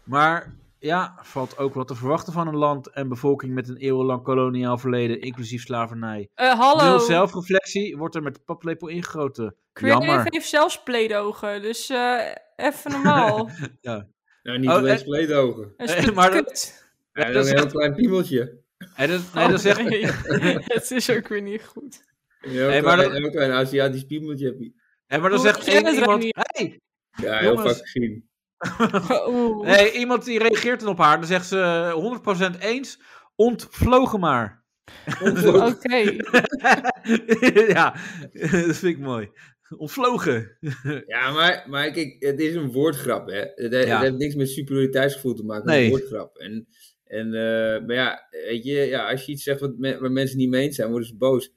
Maar ja, valt ook wat te verwachten van een land en bevolking met een eeuwenlang koloniaal verleden, inclusief slavernij.
Eh, hallo.
Nul zelfreflectie wordt er met de paplepel ingegoten.
Creative
Jammer.
heeft zelfs pleedogen, dus eh,
(laughs)
even normaal.
Nou, niet
Oh,
alleen
en-
sleedogen.
Een
Eh,
stuk
maar dat-
kut.
Ja,
dat
dat
is
is een heel
echt-
klein piemeltje.
En dat, nee, dat is echt,
Oh, nee. (laughs) Het is ook weer niet goed.
Een heel,
Nee, maar
klein,
dat-
een heel klein Aziatisch piemeltje heb je.
en maar dan
Hoe
zegt
ken je
één
het,
iemand...
Reinier?
Hey!
Ja, heel
Jongens.
vaak gezien.
Oeh.
Nee, iemand die reageert dan op haar, dan zegt ze eh, 100% eens, ontvlogen maar. (laughs)
(laughs)
Oké.
ja, dat vind ik mooi. Ontvlogen.
Ja, maar, maar kijk, het is een woordgrap, hè. Het, het
Ja.
heeft niks met superioriteitsgevoel te maken,
Nee.
een woordgrap. En, en eh, maar ja, weet je, ja, als je iets zegt wat me- waar mensen niet mee eens zijn, worden ze boos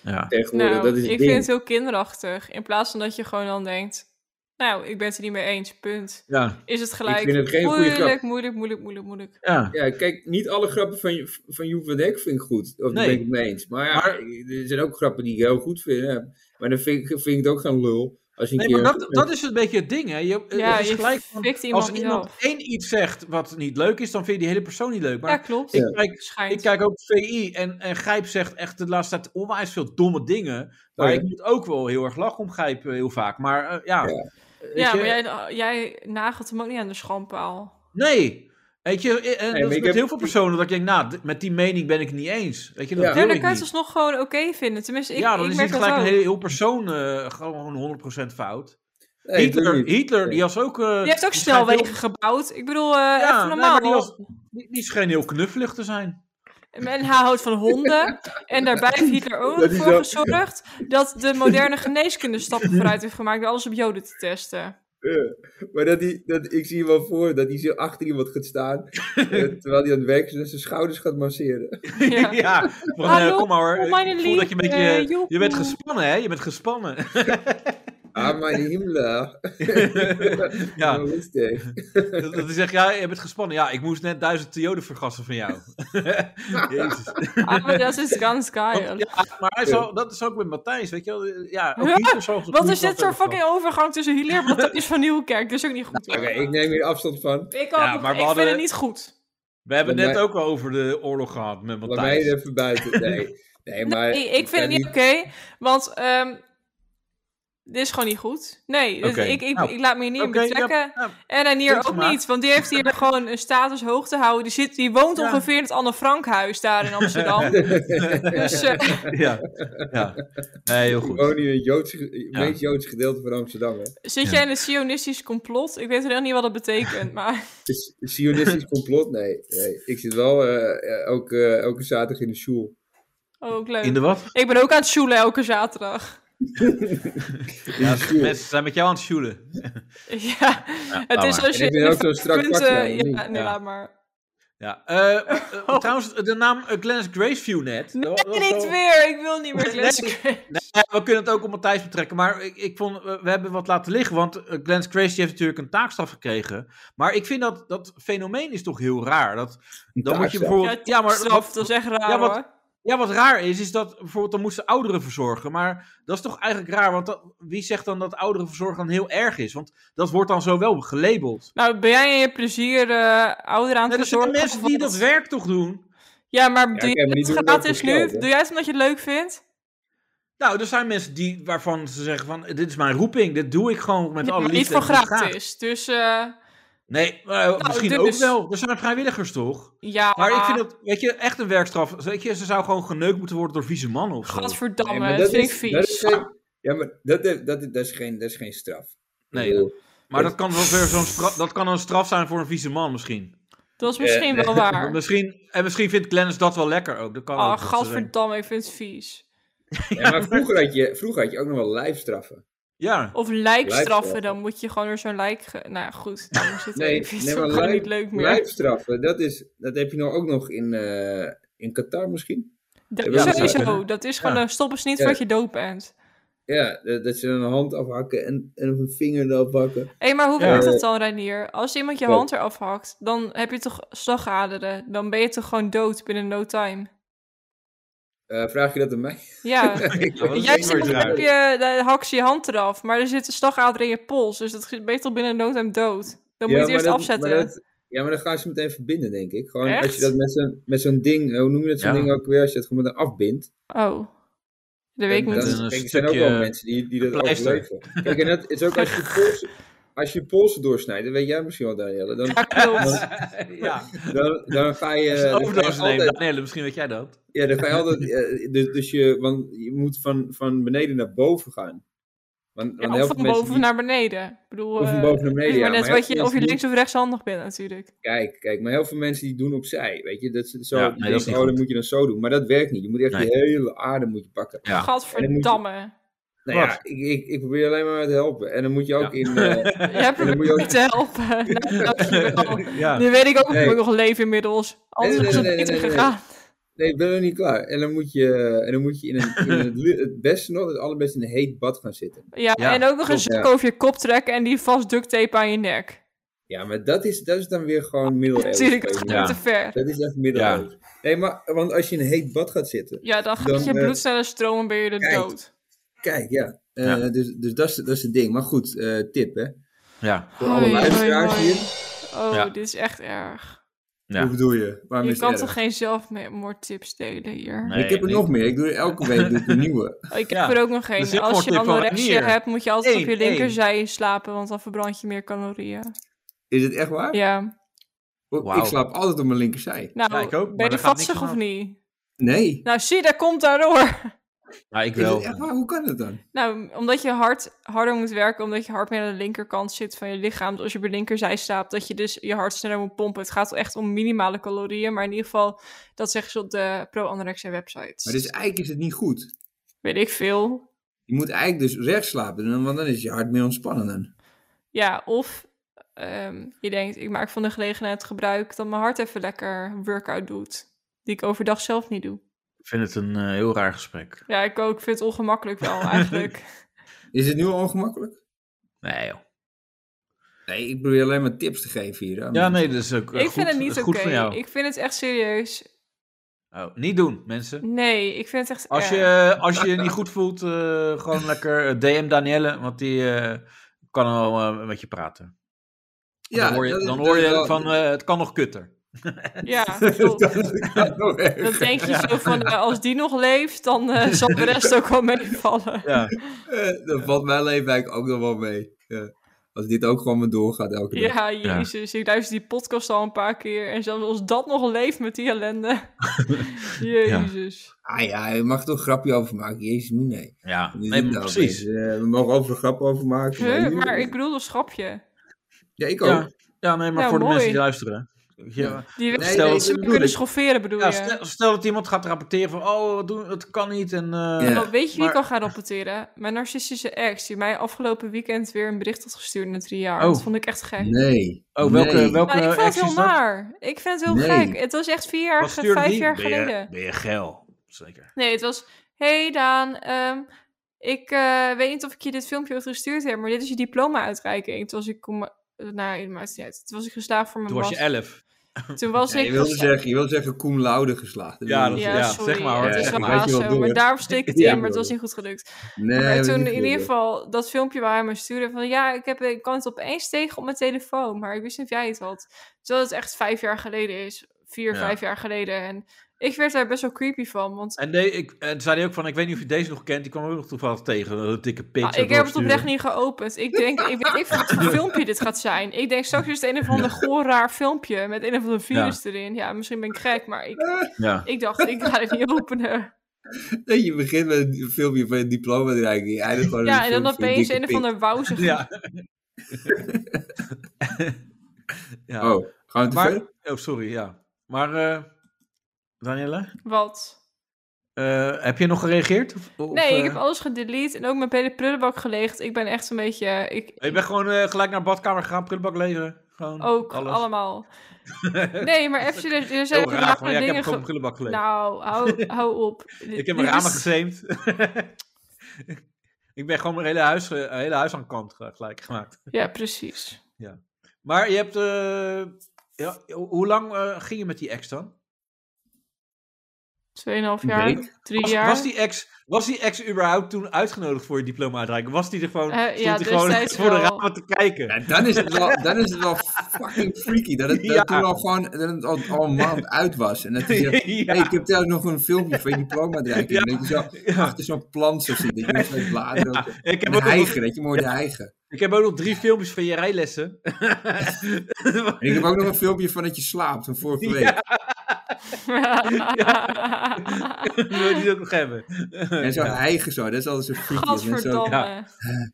Ja.
tegenwoordig.
Nou,
dat is het
ik
ding.
vind het heel kinderachtig. In plaats van dat je gewoon dan denkt... Nou, ik ben het er niet mee eens, punt.
Ja,
Is het gelijk
Ik vind het geen goede
moeilijk,
grap.
moeilijk, moeilijk, moeilijk, moeilijk,
ja.
Ja, kijk, niet alle grappen van, Jo- van Joep van Dijk vind ik goed. Of daar
Nee.
ben ik het mee eens. Maar ja,
Maar-
er zijn ook grappen die ik heel goed vind. Hè. Maar dan vind ik, vind ik het ook geen lul. Als je een
Nee,
keer...
maar dat, dat is een beetje het ding, hè. Je, eh,
Ja,
het is
je
gelijk van,
fikt iemand
als
niet
iemand
af.
één iets zegt wat niet leuk is, dan vind je die hele persoon niet leuk. Maar
Ja, klopt.
ik, kijk,
Schijnt.
ik kijk ook VI en, en Gijp zegt echt de laatste tijd onwijs veel domme dingen. Maar
ja.
ik moet ook wel heel erg lachen om Gijp eh, heel vaak. Maar eh, ja, weet
ja,
je,
maar jij, jij nagelt hem ook niet aan de schandpaal.
Nee. Weet je, eh, en
maar
dat is
ik
met
heb-
heel veel personen dat ik denk, nou, d- met die mening ben ik het niet eens. Weet je, dat ja.
Ja. Ja,
Ja,
deel
dan
ik
kan je
niet.
het alsnog gewoon oké vinden. Tenminste, ik,
ja, dan
ik
is
merk
niet gelijk
dat
een
ook.
hele heel persoon eh, gewoon 100% fout.
Nee, ik weet
Hitler,
niet.
Hitler, die was ook... eh,
Je hebt ook
die schijnt
snelwegen
heel-
gebouwd. Ik bedoel, eh,
Ja,
even
nee,
normaal.
maar die, was, die, die scheen heel knuffelig te zijn.
En hij houdt van honden. En daarbij heeft Hitler ook
Dat is
voor
wel-
gezorgd dat de moderne geneeskunde stappen vooruit heeft gemaakt door alles op joden te testen.
Ja. Eh, Maar dat die, dat, ik zie hem wel voor dat hij zo achter iemand gaat
(laughs)
staan. eh, terwijl hij aan het werk is en zijn schouders gaat masseren.
(laughs)
(laughs)
Ja.
Ja, van, eh,
Hallo,
kom maar hoor.
oh,
Ik
mijn
voel dat je een
lieve,
beetje...
joepoe.
je bent gespannen, hè? Je bent gespannen. (laughs)
Ah, mijn himla.
ja,
(laughs) Rustig.
dat dat hij zegt, ja, je bent gespannen. Ja, ik moest net duizend joden vergassen van
(laughs)
jou. (laughs) Jezus.
Ah, Maar dat is ganz geil.
Want-
eh,
ja, maar hij zal, dat is ook met Matthijs, weet je wel. Ja, ook Hitler zal
Wat is
gevoelig
dit voor
hebben
fucking overgang tussen Hitler en Matthijs van Nieuwkerk? Dat is ook niet goed.
Oké, ik neem hier afstand van.
Ik, ook,
Ja, maar we
ik vind
hadden-
het niet goed.
We hebben het net
Bij-
ook al over de oorlog gehad met
Laat mij
Matthijs.
er even buiten. Nee, nee maar...
Eh,
eh,
Nee, ik vind het niet oké, want ehm, dit is gewoon niet goed. Nee, dus
Oké,
ik, ik,
nou.
ik laat me hier niet
Oké,
in betrekken.
ja,
En Renier
punt
ook
gemaakt.
niet, want die heeft
(laughs)
hier gewoon een status hoog te houden. Die, zit, die woont
Ja.
ongeveer in het Anne Frankhuis daar in
(laughs)
Amsterdam. dus eh,
ja, ja. Nee, heel
Ik
goed.
woon in het Joodse, het
Ja.
meest Joodse gedeelte van Amsterdam. Hè.
zit
Ja.
jij in een sionistisch complot? Ik weet heel niet wat dat betekent, maar (laughs)
Het is een Sionistisch (laughs) complot? Nee, nee. Ik zit wel eh, eh, ook, eh, elke zaterdag in de school.
ook leuk.
In de wat?
Ik ben ook aan het shoelen elke zaterdag. (laughs)
Ja,
school.
mensen zijn met jou aan het sjoelen.
ja, het
laat
is
maar.
als
En
je...
ik ben
(laughs)
ook zo'n strak
punten-
pakje aan, of
ja,
niet?
nee,
Ja.
laat maar.
Ja. eh, eh, Trouwens, de naam eh, Glennis Graceview net.
Oh. Nee,
Dat was
niet
wel-
weer. Ik wil niet meer
Nee.
Glasgow.
Nee, we kunnen het ook op Matthijs betrekken, maar ik, ik vond, eh, we we hebben wat laten liggen, want eh, Glenn Grace heeft natuurlijk een taakstraf gekregen. Maar ik vind dat, dat fenomeen is toch heel raar. Dat, dan moet je
taakstraf.
Ja,
bijvoorbeeld... Ja, maar wat-
straf, dat is echt raar
Ja, wat-
hoor.
Ja, wat raar is, is dat bijvoorbeeld dan moesten ouderen verzorgen. Maar dat is toch eigenlijk raar, want dat- wie zegt dan dat ouderen verzorgen dan heel erg is? Want dat wordt dan zo wel gelabeld.
Nou, ben jij in je plezier eh ouder aan
Nee,
het
er zijn
verzorgen?
mensen
of
die
wat?
dat werk toch doen.
Ja, maar doe
oké,
jij
maar die
het
doen dat
gratis
voor
nu?
geld, hè?
Doe jij het omdat je het leuk vindt?
Nou, er zijn mensen die, waarvan ze zeggen van, dit is mijn roeping, dit doe ik gewoon met
Ja,
alle
maar
liefde.
niet voor
en graag.
gratis. Dus eh,
Nee, maar misschien
dit
ook
is-
wel. Er zijn vrijwilligers toch?
ja,
Maar ik vind dat, weet je, echt een werkstraf. Weet je, ze zou gewoon geneukt moeten worden door vieze mannen of zo.
Gadverdamme,
Nee, maar
dat, vind
is-
ik vies.
dat is geen- ja, maar dat, dat, dat, dat, is geen, dat is geen straf.
Nee,
Ik bedoel,
Maar dat kan wel weer zo'n straf, dat kan een straf zijn voor een vieze man misschien.
dat is misschien
(laughs)
wel waar.
Misschien, en misschien vindt Glennis dat wel lekker ook. Dat kan ook,
Ah,
dat ze-
gadverdamme, ik vind het vies.
ja, maar vroeger had, je, vroeger had je ook nog wel lijfstraffen.
Ja.
Of lijkstraffen,
Lijkstraffen.
dan moet je gewoon weer zo'n lijk... ge- Nou ja, goed, dan is het
Nee,
(laughs) even
nee,
zo
maar
gewoon
lijk-
niet leuk meer.
Lijfstraffen, dat, is, dat heb je nou ook nog in, eh, in Qatar misschien.
Dat,
Ja, dat zou
sowieso,
kunnen.
dat is gewoon...
Ja.
een Stop eens niet
Ja.
voordat je dood bent.
Ja, dat, dat ze een hand afhakken en, en een vinger eraf hakken.
Hé, maar hoe
Ja.
werkt dat dan, Reinier? Als iemand je
Wat?
hand eraf hakt, dan heb je toch slagaderen? Dan ben je toch gewoon dood binnen no time?
Eh, vraag je dat aan mij? (laughs)
Ja.
Ik
Ja, wat
weet-
is
Jij
het
zegt,
antwoord
heb
eruit?
je, dan hak ze je hand eraf, maar er zit een slagader in je pols, dus dat ben je toch binnen no time dood? Dan moet je het
maar
eerst
dat-
afzetten.
maar dat- ja, maar dan gaan ze meteen verbinden, denk ik. Gewoon
Echt?
als je dat met zo'n, met zo'n ding, eh, hoe noem je dat zo'n
Ja.
ding ook weer, als je dat gewoon met een afbindt.
Oh, dat weet ik
dan-
Met
niet.
dan-
een
kijk, er zijn
stukje
ook wel mensen die, die dat
pleister.
overleven. Kijk, en dat is ook als je
(laughs)
je polsen, als je je polsen doorsnijdt, dat weet jij misschien wel, Danielle. Dan,
Ja, klopt.
(laughs) ja.
dan, dan ga je...
Als je een
dan ga je
overdosis neemt,
altijd-
Danielle, misschien weet jij dat.
Ja, dan ga je altijd. eh, dus, dus je, want je moet van, van beneden naar boven gaan. Want,
Ja,
want
of
heel veel
van
mensen
boven
die-
naar beneden. Ik bedoel,
Of van
eh,
boven naar
het is
beneden. ja,
maar net
heel
wat
veel
je, of je
mensen
links of rechtshandig bent natuurlijk.
doen- Kijk, kijk, maar heel veel mensen die doen opzij. Weet je, dat ze zo.
Ja,
Ja,
nee, dat is niet
oh,
goed.
dan moet je dan zo doen. Maar dat werkt niet. Je moet echt
Nee.
je hele aarde moet je pakken.
Ja.
Gadverdamme.
Nou
Wat?
ja, ik, ik, ik probeer alleen maar te helpen. En dan moet je ook
Ja.
in.
(laughs)
eh,
Je hebt
dan
me
moet je ook-
niet te helpen. (laughs) Nou, dankjewel.
(laughs) Ja.
Nu weet ik ook of
Nee.
ik nog leef inmiddels. Anders
nee,
was het
nee,
niet
nee, nee,
gegaan.
nee, ik ben nog niet klaar. En dan moet je, en dan moet je in, een, in het, li- het beste nog, het allerbeste in een heet bad gaan zitten.
Ja,
Ja,
en ook nog een
klopt,
zak
ja.
over je kop trekken en die vast duct tape aan je nek.
Ja, maar dat is, dat is dan weer
(laughs)
gewoon middeleeuws.
Natuurlijk, dat gaat
Ja.
te ver.
Dat is echt middeleeuws. Nee, maar want als je in een heet bad gaat zitten.
Ja, dan gaat
Dan,
je
eh,
bloed sneller stromen en ben je er
kijk.
dood.
Kijk, ja. Eh,
Ja.
Dus, dus dat, is, dat is het ding. Maar goed, eh, tip hè.
Ja.
Voor alle
Hoi, hoi,
luisteraars
hoi.
hier.
Oh,
Ja.
dit is echt erg.
Ja.
Hoe bedoel je? Waarom
je
is
kan
het
toch
erg?
geen zelfmoordtips delen hier?
Nee,
ik heb er
niet.
nog meer. Ik doe er elke week doe ik
(laughs)
een nieuwe.
Oh, Ik
Ja.
heb er ook nog
Dat is
geen.
een
Als je
zelfmoordtip van
anorexia
Reinier.
hebt, moet je altijd op
Eén,
je linkerzij slapen, want dan verbrand je meer calorieën.
Is het echt waar?
Ja,
Oh,
Wauw.
Ik slaap altijd op mijn linkerzij.
nou,
Ja, ik ook, maar
ben je
daar gaat niks
vatsig
van
of
af.
niet?
Nee.
Nou, zie, daar komt daardoor.
Maar ik
Is
wel.
het echt waar? Hoe kan dat dan?
Nou, omdat je hard harder moet werken, omdat je hard meer aan de linkerkant zit van je lichaam. Dus als je op de linkerzij slaapt, dat je dus je hart sneller moet pompen. Het gaat echt om minimale calorieën, maar in ieder geval, dat zeggen ze op de pro-anorexia websites.
Maar dus
e-
eigenlijk is het niet goed.
Weet ik veel.
Je moet eigenlijk dus rechts slapen, dan- want dan is je hart meer ontspannen. Dan.
Ja, of ehm, je denkt, ik maak van de gelegenheid gebruik dat mijn hart even lekker een workout doet. Die ik overdag zelf niet doe.
Ik vind het een eh, heel raar gesprek.
Ja, ik ook. Ik vind het ongemakkelijk wel
(laughs)
eigenlijk.
Is het nu al ongemakkelijk?
Nee, joh.
Nee, ik probeer alleen maar tips te geven hier. aan
Ja,
mensen.
nee, dat is ook eh,
ik
goed,
vind het niet
goed
oké.
van jou.
Ik vind het echt serieus.
Oh, niet doen, mensen.
Nee, ik vind het echt eh,
Als
erg.
je, eh, als je je niet goed voelt, eh, gewoon lekker eh, DM Danielle, want die eh, kan al eh, met je praten.
Ja,
dan hoor je,
dat is-
dan
dat
hoor
is
je
wel-
van, eh, het kan nog kutter. (laughs)
Ja,
(laughs) Dat
klopt.
kan nog even.
Dan denk je zo van, eh, als die nog leeft, dan eh, zal de rest ook wel meevallen.
Ja,
Eh, dat valt mijn leven eigenlijk ook nog wel mee. Ja. Als dit ook gewoon maar doorgaat elke dag.
Ja, jezus. Ik luister die podcast al een paar keer. En zelfs als dat nog leeft met die ellende. Jezus.
Ah ja, je mag er toch een grapje over maken. Jezus, nee, nee.
ja.
Dit is
nee,
het
maar
nou
precies.
opeens. Eh, we mogen over een grap over maken.
Huh,
nu-
maar ik bedoel een schapje.
Ja, ik ook.
Ja, ja nee, maar
Ja,
voor de
mooi.
mensen die luisteren. Ja,
Die
Nee,
stel,
nee,
ze
dat bedoel
kunnen
ik.
schofferen, bedoel
ja,
je?
stel, stel dat iemand gaat rapporteren van, oh, wat doen, het kan niet. En, eh,
Ja.
Nou, weet je wie
maar-
ik al ga rapporteren? Mijn narcistische ex, die mij afgelopen weekend weer een bericht had gestuurd na drie jaar.
Oh.
Dat vond ik echt gek.
Nee.
Oh, welke,
nee.
welke
Nou, ik vond
ex
het heel
is dat?
naar. Ik vind het heel
Nee.
gek. Het was echt vier jaar,
Wat stuurde
vijf
die?
jaar
Ben je-
geleden.
Ben je geil, zeker.
Nee, het was... Hey Daan, ehm, ik eh, weet niet of ik je dit filmpje ooit gestuurd heb, maar dit is je diploma-uitreiking. Toen was ik... Kom, nou, het maakt niet uit. Toen was ik geslaagd voor mijn
Toen was je
mas-
elf.
Toen was
Ja,
ik...
je, wilde
geslaagd-
zeggen, je wilde zeggen cum laude geslaagd. Dat
Ja,
wil je
dat-
ja,
niet
ja,
sorry.
zeg maar, hoor.
Het is
Ja,
wel
ik weet je wel
aso,
door.
maar daarom steek ik het
Ja,
in, maar het
door.
was niet goed gelukt.
zeggen. Nee,
maar
dat
toen
wil
in
ik
ieder
niet.
geval dat filmpje waar hij me stuurde van... Ja, ik, heb, ik kan het opeens tegen op mijn telefoon, maar ik wist niet of jij het had. Terwijl het echt vijf jaar geleden is. Vier,
Ja.
vijf jaar geleden. En ik werd daar best wel creepy van, want...
En, nee, ik, en toen zei hij ook van, ik weet niet of je deze nog kent. Die kwam ook nog toevallig tegen. Een dikke pik.
Nou,
zo
ik heb het
doorsturen.
oprecht niet geopend. Ik denk, ik weet niet
(laughs)
wat voor filmpje dit gaat zijn. Ik denk, straks is het een of ander goor raar filmpje met een of ander virus erin. Ja, misschien ben ik gek, maar ik, (laughs)
Ja.
ik dacht, ik ga het niet
(laughs)
openen.
Nee, je begint met een filmpje van je diploma draaien. Je eindigt gewoon
Ja,
met
en
een
dan
filmpje van
opeens
dikke
een of ander
(laughs)
wauwzig.
(laughs)
Ja. ja.
pik. Oh, gaan we te
maar,
ver?
oh, sorry, ja. Maar, eh Danielle?
Wat?
Eh, heb je nog gereageerd? Of- of,
Nee, ik
eh,
heb alles gedelete en ook mijn hele prullenbak geleegd. Ik ben echt een beetje... eh, Ik,
Ik ben gewoon eh, gelijk naar de badkamer gegaan, prullenbak leveren. Gewoon
ook,
alles. (laughs)
allemaal. Nee, maar even serieus, er zijn
Heel raar,
rare
gewoon, ja, ik
dingen...
heb gewoon
ge-
prullenbak geleverd.
Nou, hou, hou
(laughs)
op.
ik heb
Dit
mijn ramen
is-
gezeemd. (laughs) ik ben gewoon mijn hele huis, eh, hele huis aan kant eh, gelijk gemaakt.
Ja, precies.
Maar je hebt... eh, ja, ho- hoe lang eh, ging je met die ex dan?
Tweeënhalf
Een
jaar,
week.
drie
Was,
jaar.
was, die ex, was die ex überhaupt toen uitgenodigd voor je diploma uitreiken? Was die er gewoon,
Eh,
stond
ja,
die gewoon (laughs)
destijds
voor de
wel.
ramen te kijken? (laughs)
Ja, dan, is het wel, dan is het wel fucking freaky. Dat het, dat
Ja.
toen al gewoon dat het al, al een maand uit was. En dat hij zegt,
(laughs) Ja.
hey, ik heb trouwens nog een filmpje van je diploma eruit.
Ja.
Dat je zo
Ja.
achter zo'n plant zo zit. Dat je met zo'n bladeren...
Ja,
op-
ik, heb
Een
ook nog,
hijgen, dat je mooi de hijgen.
ik heb ook nog drie filmpjes van je
(laughs)
rijlessen.
En ik heb ook nog een filmpje van dat je slaapt van vorige week.
(laughs)
(laughs) Wil je die ook nog hebben?
En zo'n
Ja.
hijgen zo, dat is altijd zo freaky. Dat mensen ook-
Gadverdamme.
Ja.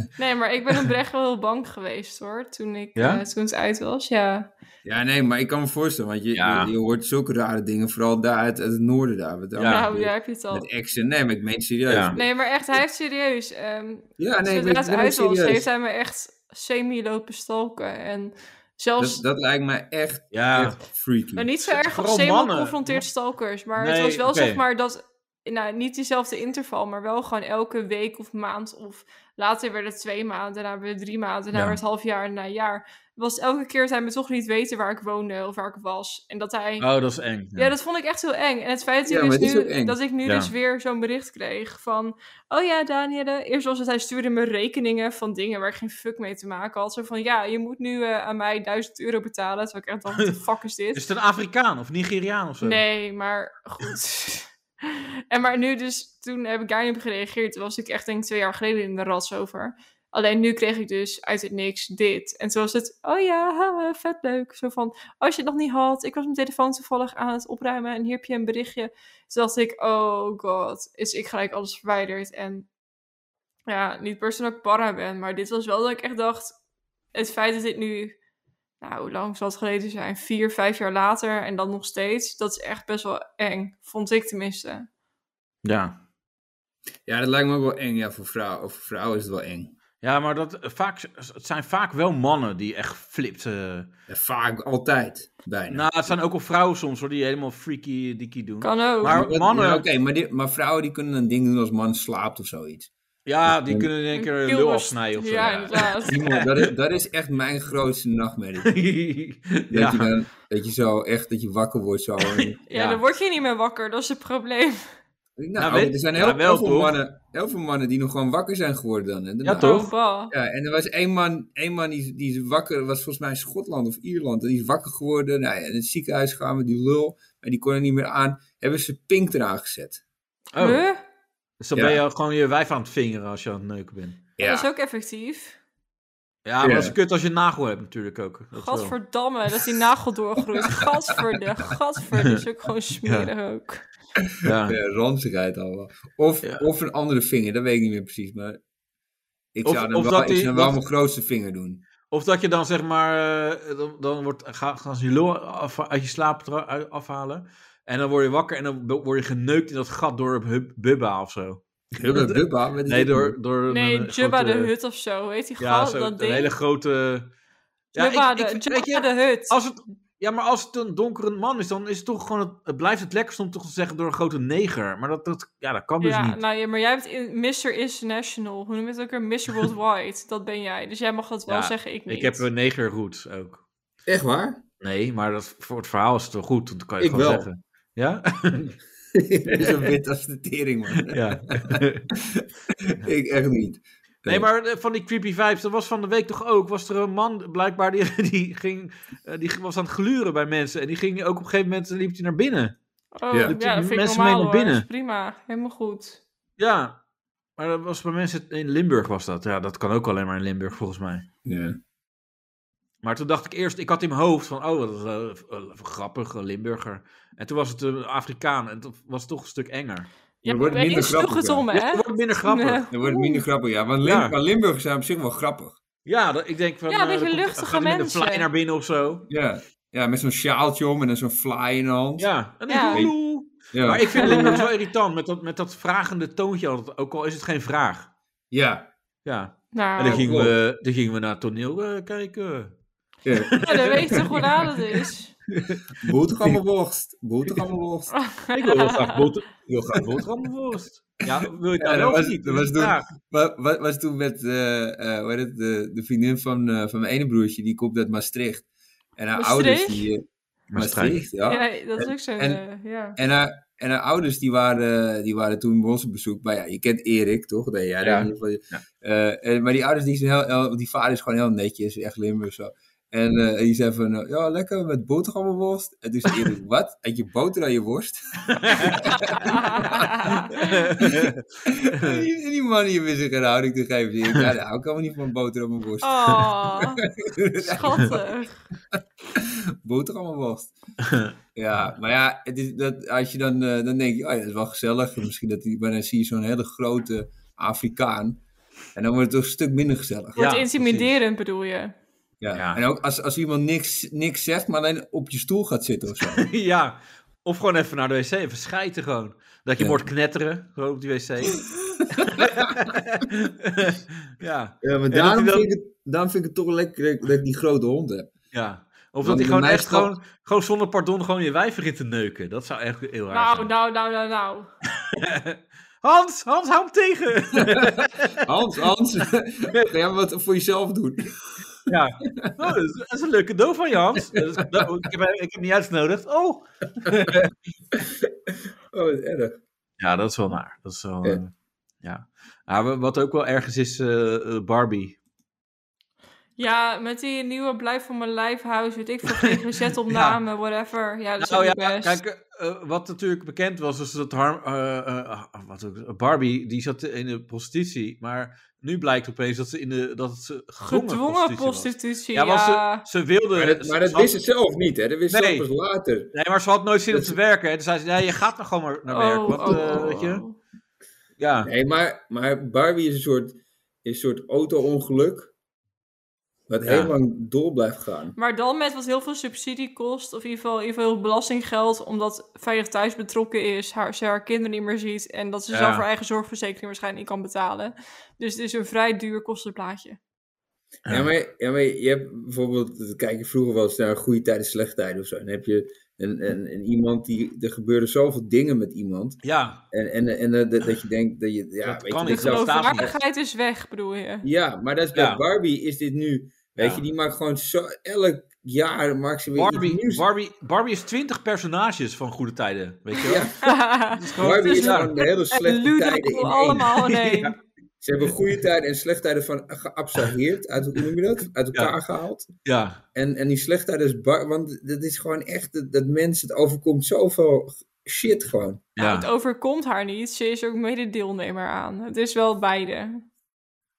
(laughs)
Nee, maar ik ben oprecht wel heel bang geweest hoor, toen, ik,
Ja?
eh, toen het uit was. Ja,
Ja, nee, maar ik kan me voorstellen, want je,
Ja.
je, je hoort zulke rare dingen, vooral daar uit, uit het noorden daar. Wat daar
Ja.
gebeurt.
nou, daar heb je het al.
Met exen, nee, maar ik meen het serieus.
Ja.
Ja,
Nee, maar echt, hij heeft serieus. ehm
nee, ik
zodra
ben, ik
het
ben ook
uit was,
serieus.
heeft hij me echt semi lopen stalken. En zelfs,
Dat, dat lijkt mij echt,
Ja.
echt freaky.
nou, niet zo
Het
erg
zijn vooral
als semi
mannen.
confronteert stalkers. Maar
Nee,
het was wel
oké.
zeg maar dat, nou niet diezelfde interval, maar wel gewoon elke week of maand. Of later werd het twee maanden, daarna werd het drie maanden, daarna
Ja.
werd het half jaar en na een jaar. Was elke keer dat hij me toch niet weten waar ik woonde of waar ik was. En dat hij...
Oh, dat is eng.
Ja. dat vond ik echt heel eng. En het feit dat,
Ja,
ik
maar
dus
het is ook
nu,
eng.
dat ik nu
Ja.
dus weer zo'n bericht kreeg van... Oh ja, Danielle. Eerst was het, hij stuurde me rekeningen van dingen waar ik geen fuck mee te maken had. Zo van, ja, je moet nu eh, aan mij 1000 euro betalen. Terwijl ik echt dacht, wat de fuck is dit?
Is het een Afrikaan of Nigeriaan of zo?
Nee, maar
(laughs)
goed. en maar nu dus, toen heb ik daar niet op gereageerd. Toen was ik echt denk ik twee jaar geleden in de rats over. Alleen nu kreeg ik dus uit het niks dit. En toen was het, oh ja, haha, vet leuk. Zo van, als je het nog niet had. Ik was mijn telefoon toevallig aan het opruimen en hier heb je een berichtje. Toen dacht ik, oh god. Is ik gelijk alles verwijderd. En ja, niet per se dat ik para ben. Maar dit was wel dat ik echt dacht, het feit dat dit nu nou, hoe lang zal het geleden zijn? Vier, vijf jaar later en dan nog steeds. Dat is echt best wel eng, vond ik tenminste.
Ja.
Ja, dat lijkt me ook wel eng. Ja, voor vrouwen, of voor vrouwen is het wel eng.
Ja, maar dat, eh, vaak, het zijn vaak wel mannen die echt flipt. eh.
Ja, vaak, altijd, bijna.
Nou, het zijn ook wel vrouwen soms hoor, die helemaal freaky dikkie doen.
Kan ook.
Maar-
dat-
mannen-
ja, Oké, maar, die- maar vrouwen die kunnen een ding doen als man slaapt of zoiets.
Ja, die kunnen in één keer een lul
Kilbers-
afsnijden of zo.
Ja,
(laughs)
inderdaad.
Simon, dat, is, dat is echt mijn grootste nachtmerrie. Dat,
Ja.
je dan, dat je zo echt, dat je wakker wordt
(laughs)
zo. Nou, En,
Ja,
Ja.
dan word je niet meer wakker, dat is het probleem.
nou,
weet-
er zijn
ja,
heel,
wel,
heel veel
toch?
mannen, heel veel mannen die nog gewoon wakker zijn geworden dan. hè, daarna.
Ja, toch?
Oh, (laughs) bah.
Ja, en er was één man, één man die, die is wakker, was volgens mij in Schotland of Ierland. Die is wakker geworden, nou, ja, in het ziekenhuis gaan met die lul. En die kon er niet meer aan. Hebben ze pink eraan gezet.
Oh,
Huh?
dus dan
Ja.
ben je gewoon je wijf aan het vingeren als je aan het neuken bent.
Dat is ook effectief.
Ja, maar
Ja.
dat is kut als je een nagel hebt natuurlijk ook. Dat wel.
Gadverdamme, dat die
(laughs)
nagel doorgroeit. Gadverde, gadverde. Dat is ook gewoon smerig ook.
Ja.
Ja, ranzigheid allemaal. Of,
Ja.
of een andere vinger, dat weet ik niet meer precies. Maar ik
Of-
zou dan
of
wel,
dat
ik
die-
zou wel
dat-
mijn grootste vinger
(laughs)
doen.
Of dat je dan zeg maar, eh, dan, dan wordt, ga- gaan ze je lul af- uit je slaap tra- uit- afhalen. En dan word je wakker en dan be- word je geneukt in dat gat door Hub- Bubba of zo.
Hubba, bubba. wat is
Nee,
dit nou?
door... door
Nee,
een eh,
Jubba de
grote-
Hut of zo, hoe heet die
Ja,
gast?
zo,
dat
een
ding?
hele grote...
Jubba,
ik- ik
de,
vind-
Jubba
weet je,
de Hut.
Als het, ja, maar als het een donkere man is, dan is het toch gewoon... Het, het blijft het lekkerst om toch te zeggen door een grote neger. Maar dat, dat, ja, dat kan dus
ja,
niet.
nou ja, maar jij bent in Mr. International. Hoe noem je het ook weer? Mr. Worldwide. dat ben jij. Dus jij mag dat wel
Ja,
zeggen, ik niet.
Ik heb een negerroots ook.
Echt waar? (laughs)
Nee, maar dat, voor het verhaal is het wel goed, want dat kan je
Ik
gewoon
wel.
zeggen. Ja? (laughs)
Zo wit als de tering, man.
ja.
ik echt niet.
Nee, maar eh, van die creepy vibes, dat was van de week toch ook. Was er een man blijkbaar die, (laughs) die, ging, eh, die was aan het gluren bij mensen. En die ging ook op een gegeven moment liep hij naar binnen.
Oh,
Ja.
ja,
Doet die
dat vind ik
mensen
normaal
mee naar
hoor.
binnen?
Dat is prima. Helemaal goed.
Ja, maar dat was bij mensen in Limburg was dat. Ja, dat kan ook alleen maar in Limburg volgens mij.
Ja.
Maar toen dacht ik eerst, ik had in mijn hoofd van, oh, dat is eh, eh, grappig, een Limburger. En toen was het een Afrikaan en dat was toch een stuk enger.
Ja,
wordt
opeens
minder
sloeg
grappig,
het om,
Dus
hè?
het wordt minder grappig.
Nee.
Dan wordt het minder grappig, ja. Want Lim
Ja.
maar Limburgers zijn op zich wel grappig.
Ja, dat, ik denk van...
Ja,
eh,
een beetje
er komt-
luchtige
gaat iemand
mensen.
een fly naar binnen of zo.
Ja. Ja, met zo'n sjaaltje om en dan zo'n fly in de hand.
Ja, en
Ja.
dan doe-
Ja.
Maar ik
(laughs)
vind Limburgs wel irritant met dat, met dat vragende toontje altijd, ook al is het geen vraag.
ja.
Ja, en dan
Nou,
dat-
gingen we, dan gingen we naar het toneel eh, kijken.
ja.
ja, nou, dan weet je toch hoe laat het is.
Boterhammenworst. (laughs) Boterhammenworst.
(laughs) Ik wil heel graag (laughs)
(laughs)
boter, heel graag boterhammenworst. Ja, wil je
Ja,
daar
dat
wel of
was-
niet?
dat was
is
toen-
vraag.
Wat, wat was toen met eh, eh, hoe heet het, de, de vriendin van, eh, van mijn ene broertje, die komt uit Maastricht. En haar
Maastricht?
ouders, die... eh,
Maastricht.
ja.
Ja, dat is ook zo'n...
en-
eh,
(laughs)
ja. (laughs)
En, haar, en haar ouders, die waren, die waren toen bij ons op bezoek. Maar ja, je kent Erik, toch? Nee, ja,
Ja.
In ieder geval, Eh, en- maar die ouders, die, zijn heel, heel- die vader is gewoon heel netjes, echt Limburg zo. En eh, die zei van, eh, ja, lekker met boterhammenworst. En toen zei Erik, wat? Eet je boter aan je worst? (laughs) en, die, en die man hier wist zich geen houding te geven. Die zei, ja, daar hou ik helemaal niet van boter aan mijn worst.
Oh, schattig.
(laughs)
boterhammenworst. ja, maar ja, het is dat, als je dan, eh, dan denk je, oh ja, dat is wel gezellig. En Misschien dat die, maar dan zie je zo'n hele grote Afrikaan. En dan wordt het toch een stuk minder gezellig.
Ja,
Wordt intimiderend bedoel je?
Ja.
Ja.
En ook als, als iemand niks, niks zegt, maar alleen op je stoel gaat zitten of zo.
(laughs) ja, of gewoon even naar de wc, even schijten gewoon. Dat je
Ja.
wordt knetteren, gewoon op die wc.
(laughs)
ja,
Ja, maar
dat daarom hij dan- vind
ik, het toch lekker dat ik die grote hond heb.
ja. Of dat
Want
hij
bij
gewoon
mij
echt
staat-
gewoon, gewoon zonder pardon gewoon je wijf begint te neuken. Dat zou echt heel raar
Nou,
zijn.
nou, nou, nou, nou.
nou-
Hans, Hans, hou hem tegen!
Hans,
(laughs)
Hans, ga jij wat voor jezelf doen?
ja, (laughs) Oh, dat, is, dat is een leuk cadeau van je, Hans. Dat is- dat- ik, heb, ik heb hem niet uitgenodigd. Oh!
Oh, wat
Eh,
erg.
Ja, dat is wel naar. Dat is wel,
Ja.
eh, ja. Ah, wa- wat ook wel ergens is, eh, eh, Barbie.
Ja, met die nieuwe blijf van mijn lijf huis,
(laughs)
weet ik veel, GGZ-opname, whatever. Ja, dat is
Nou ja,
ook best.
kijk, eh, wat natuurlijk bekend was, is dat Har- eh, eh, wat ook, Barbie, die zat in de prostitutie. Maar nu blijkt opeens dat ze in de, dat ze gedwongen,
Gedwongen
was.
prostitutie,
Ja,
ja.
want Ze wilde...
Maar dat, maar dat
ze had-
wist ze zelf niet, hè? Dat wist ze
Nee.
zelf pas later.
Nee, maar ze had nooit zin om
Dat
te werken. En toen zei ze, nee, je gaat nog gewoon maar naar werk. want, eh, weet je?
oh.
Ja.
Nee, maar, maar Barbie is een soort, is een soort auto-ongeluk. Wat
Ja.
heel lang door blijft gaan.
Maar dan met wat heel veel subsidie kost, of in ieder geval, in ieder geval heel veel belastinggeld, omdat Veilig Thuis betrokken is, haar, ze haar kinderen niet meer ziet en dat ze
Ja.
zelf haar eigen zorgverzekering waarschijnlijk niet kan betalen. Dus het is een vrij duur kostenplaatje.
Ja. maar, ja, maar je hebt bijvoorbeeld, kijk je vroeger wel eens naar goede tijden, slechte tijden of zo. En dan heb je een, een, een iemand die, er gebeuren zoveel dingen met iemand.
Ja,
En, en, en eh, dat, dat je denkt, dat je, ja,
Dat
weet
kan
je,
niet.
De
dat zou-
staat niet.
geloofwaardigheid is weg, bedoel je?
Ja, maar dat is bij
Ja.
Barbie is dit nu, weet
Ja.
je, die maakt gewoon zo, elk jaar maakt ze weer iets
Barbie,
nieuws.
Barbie, Barbie is twintig personages van Goede Tijden, weet je wel?
Ja,
(laughs) Dat
Oh,
is nou gewoon-
Barbie is
ja.
gewoon de
(laughs)
hele
en
slechte tijden
Ludo,
in één.
(laughs)
allemaal in één.
Ja.
Ze hebben goede tijden en slechte tijden van geabstraheerd, uit, hoe noem je dat? Uit elkaar
Ja.
gehaald.
ja.
En, en die slechtheid is bar, want dat is gewoon echt, dat, dat mensen, het overkomt zoveel shit gewoon.
Nou, het
Ja.
overkomt haar niet. Ze is ook mede deelnemer aan. Het is wel beide.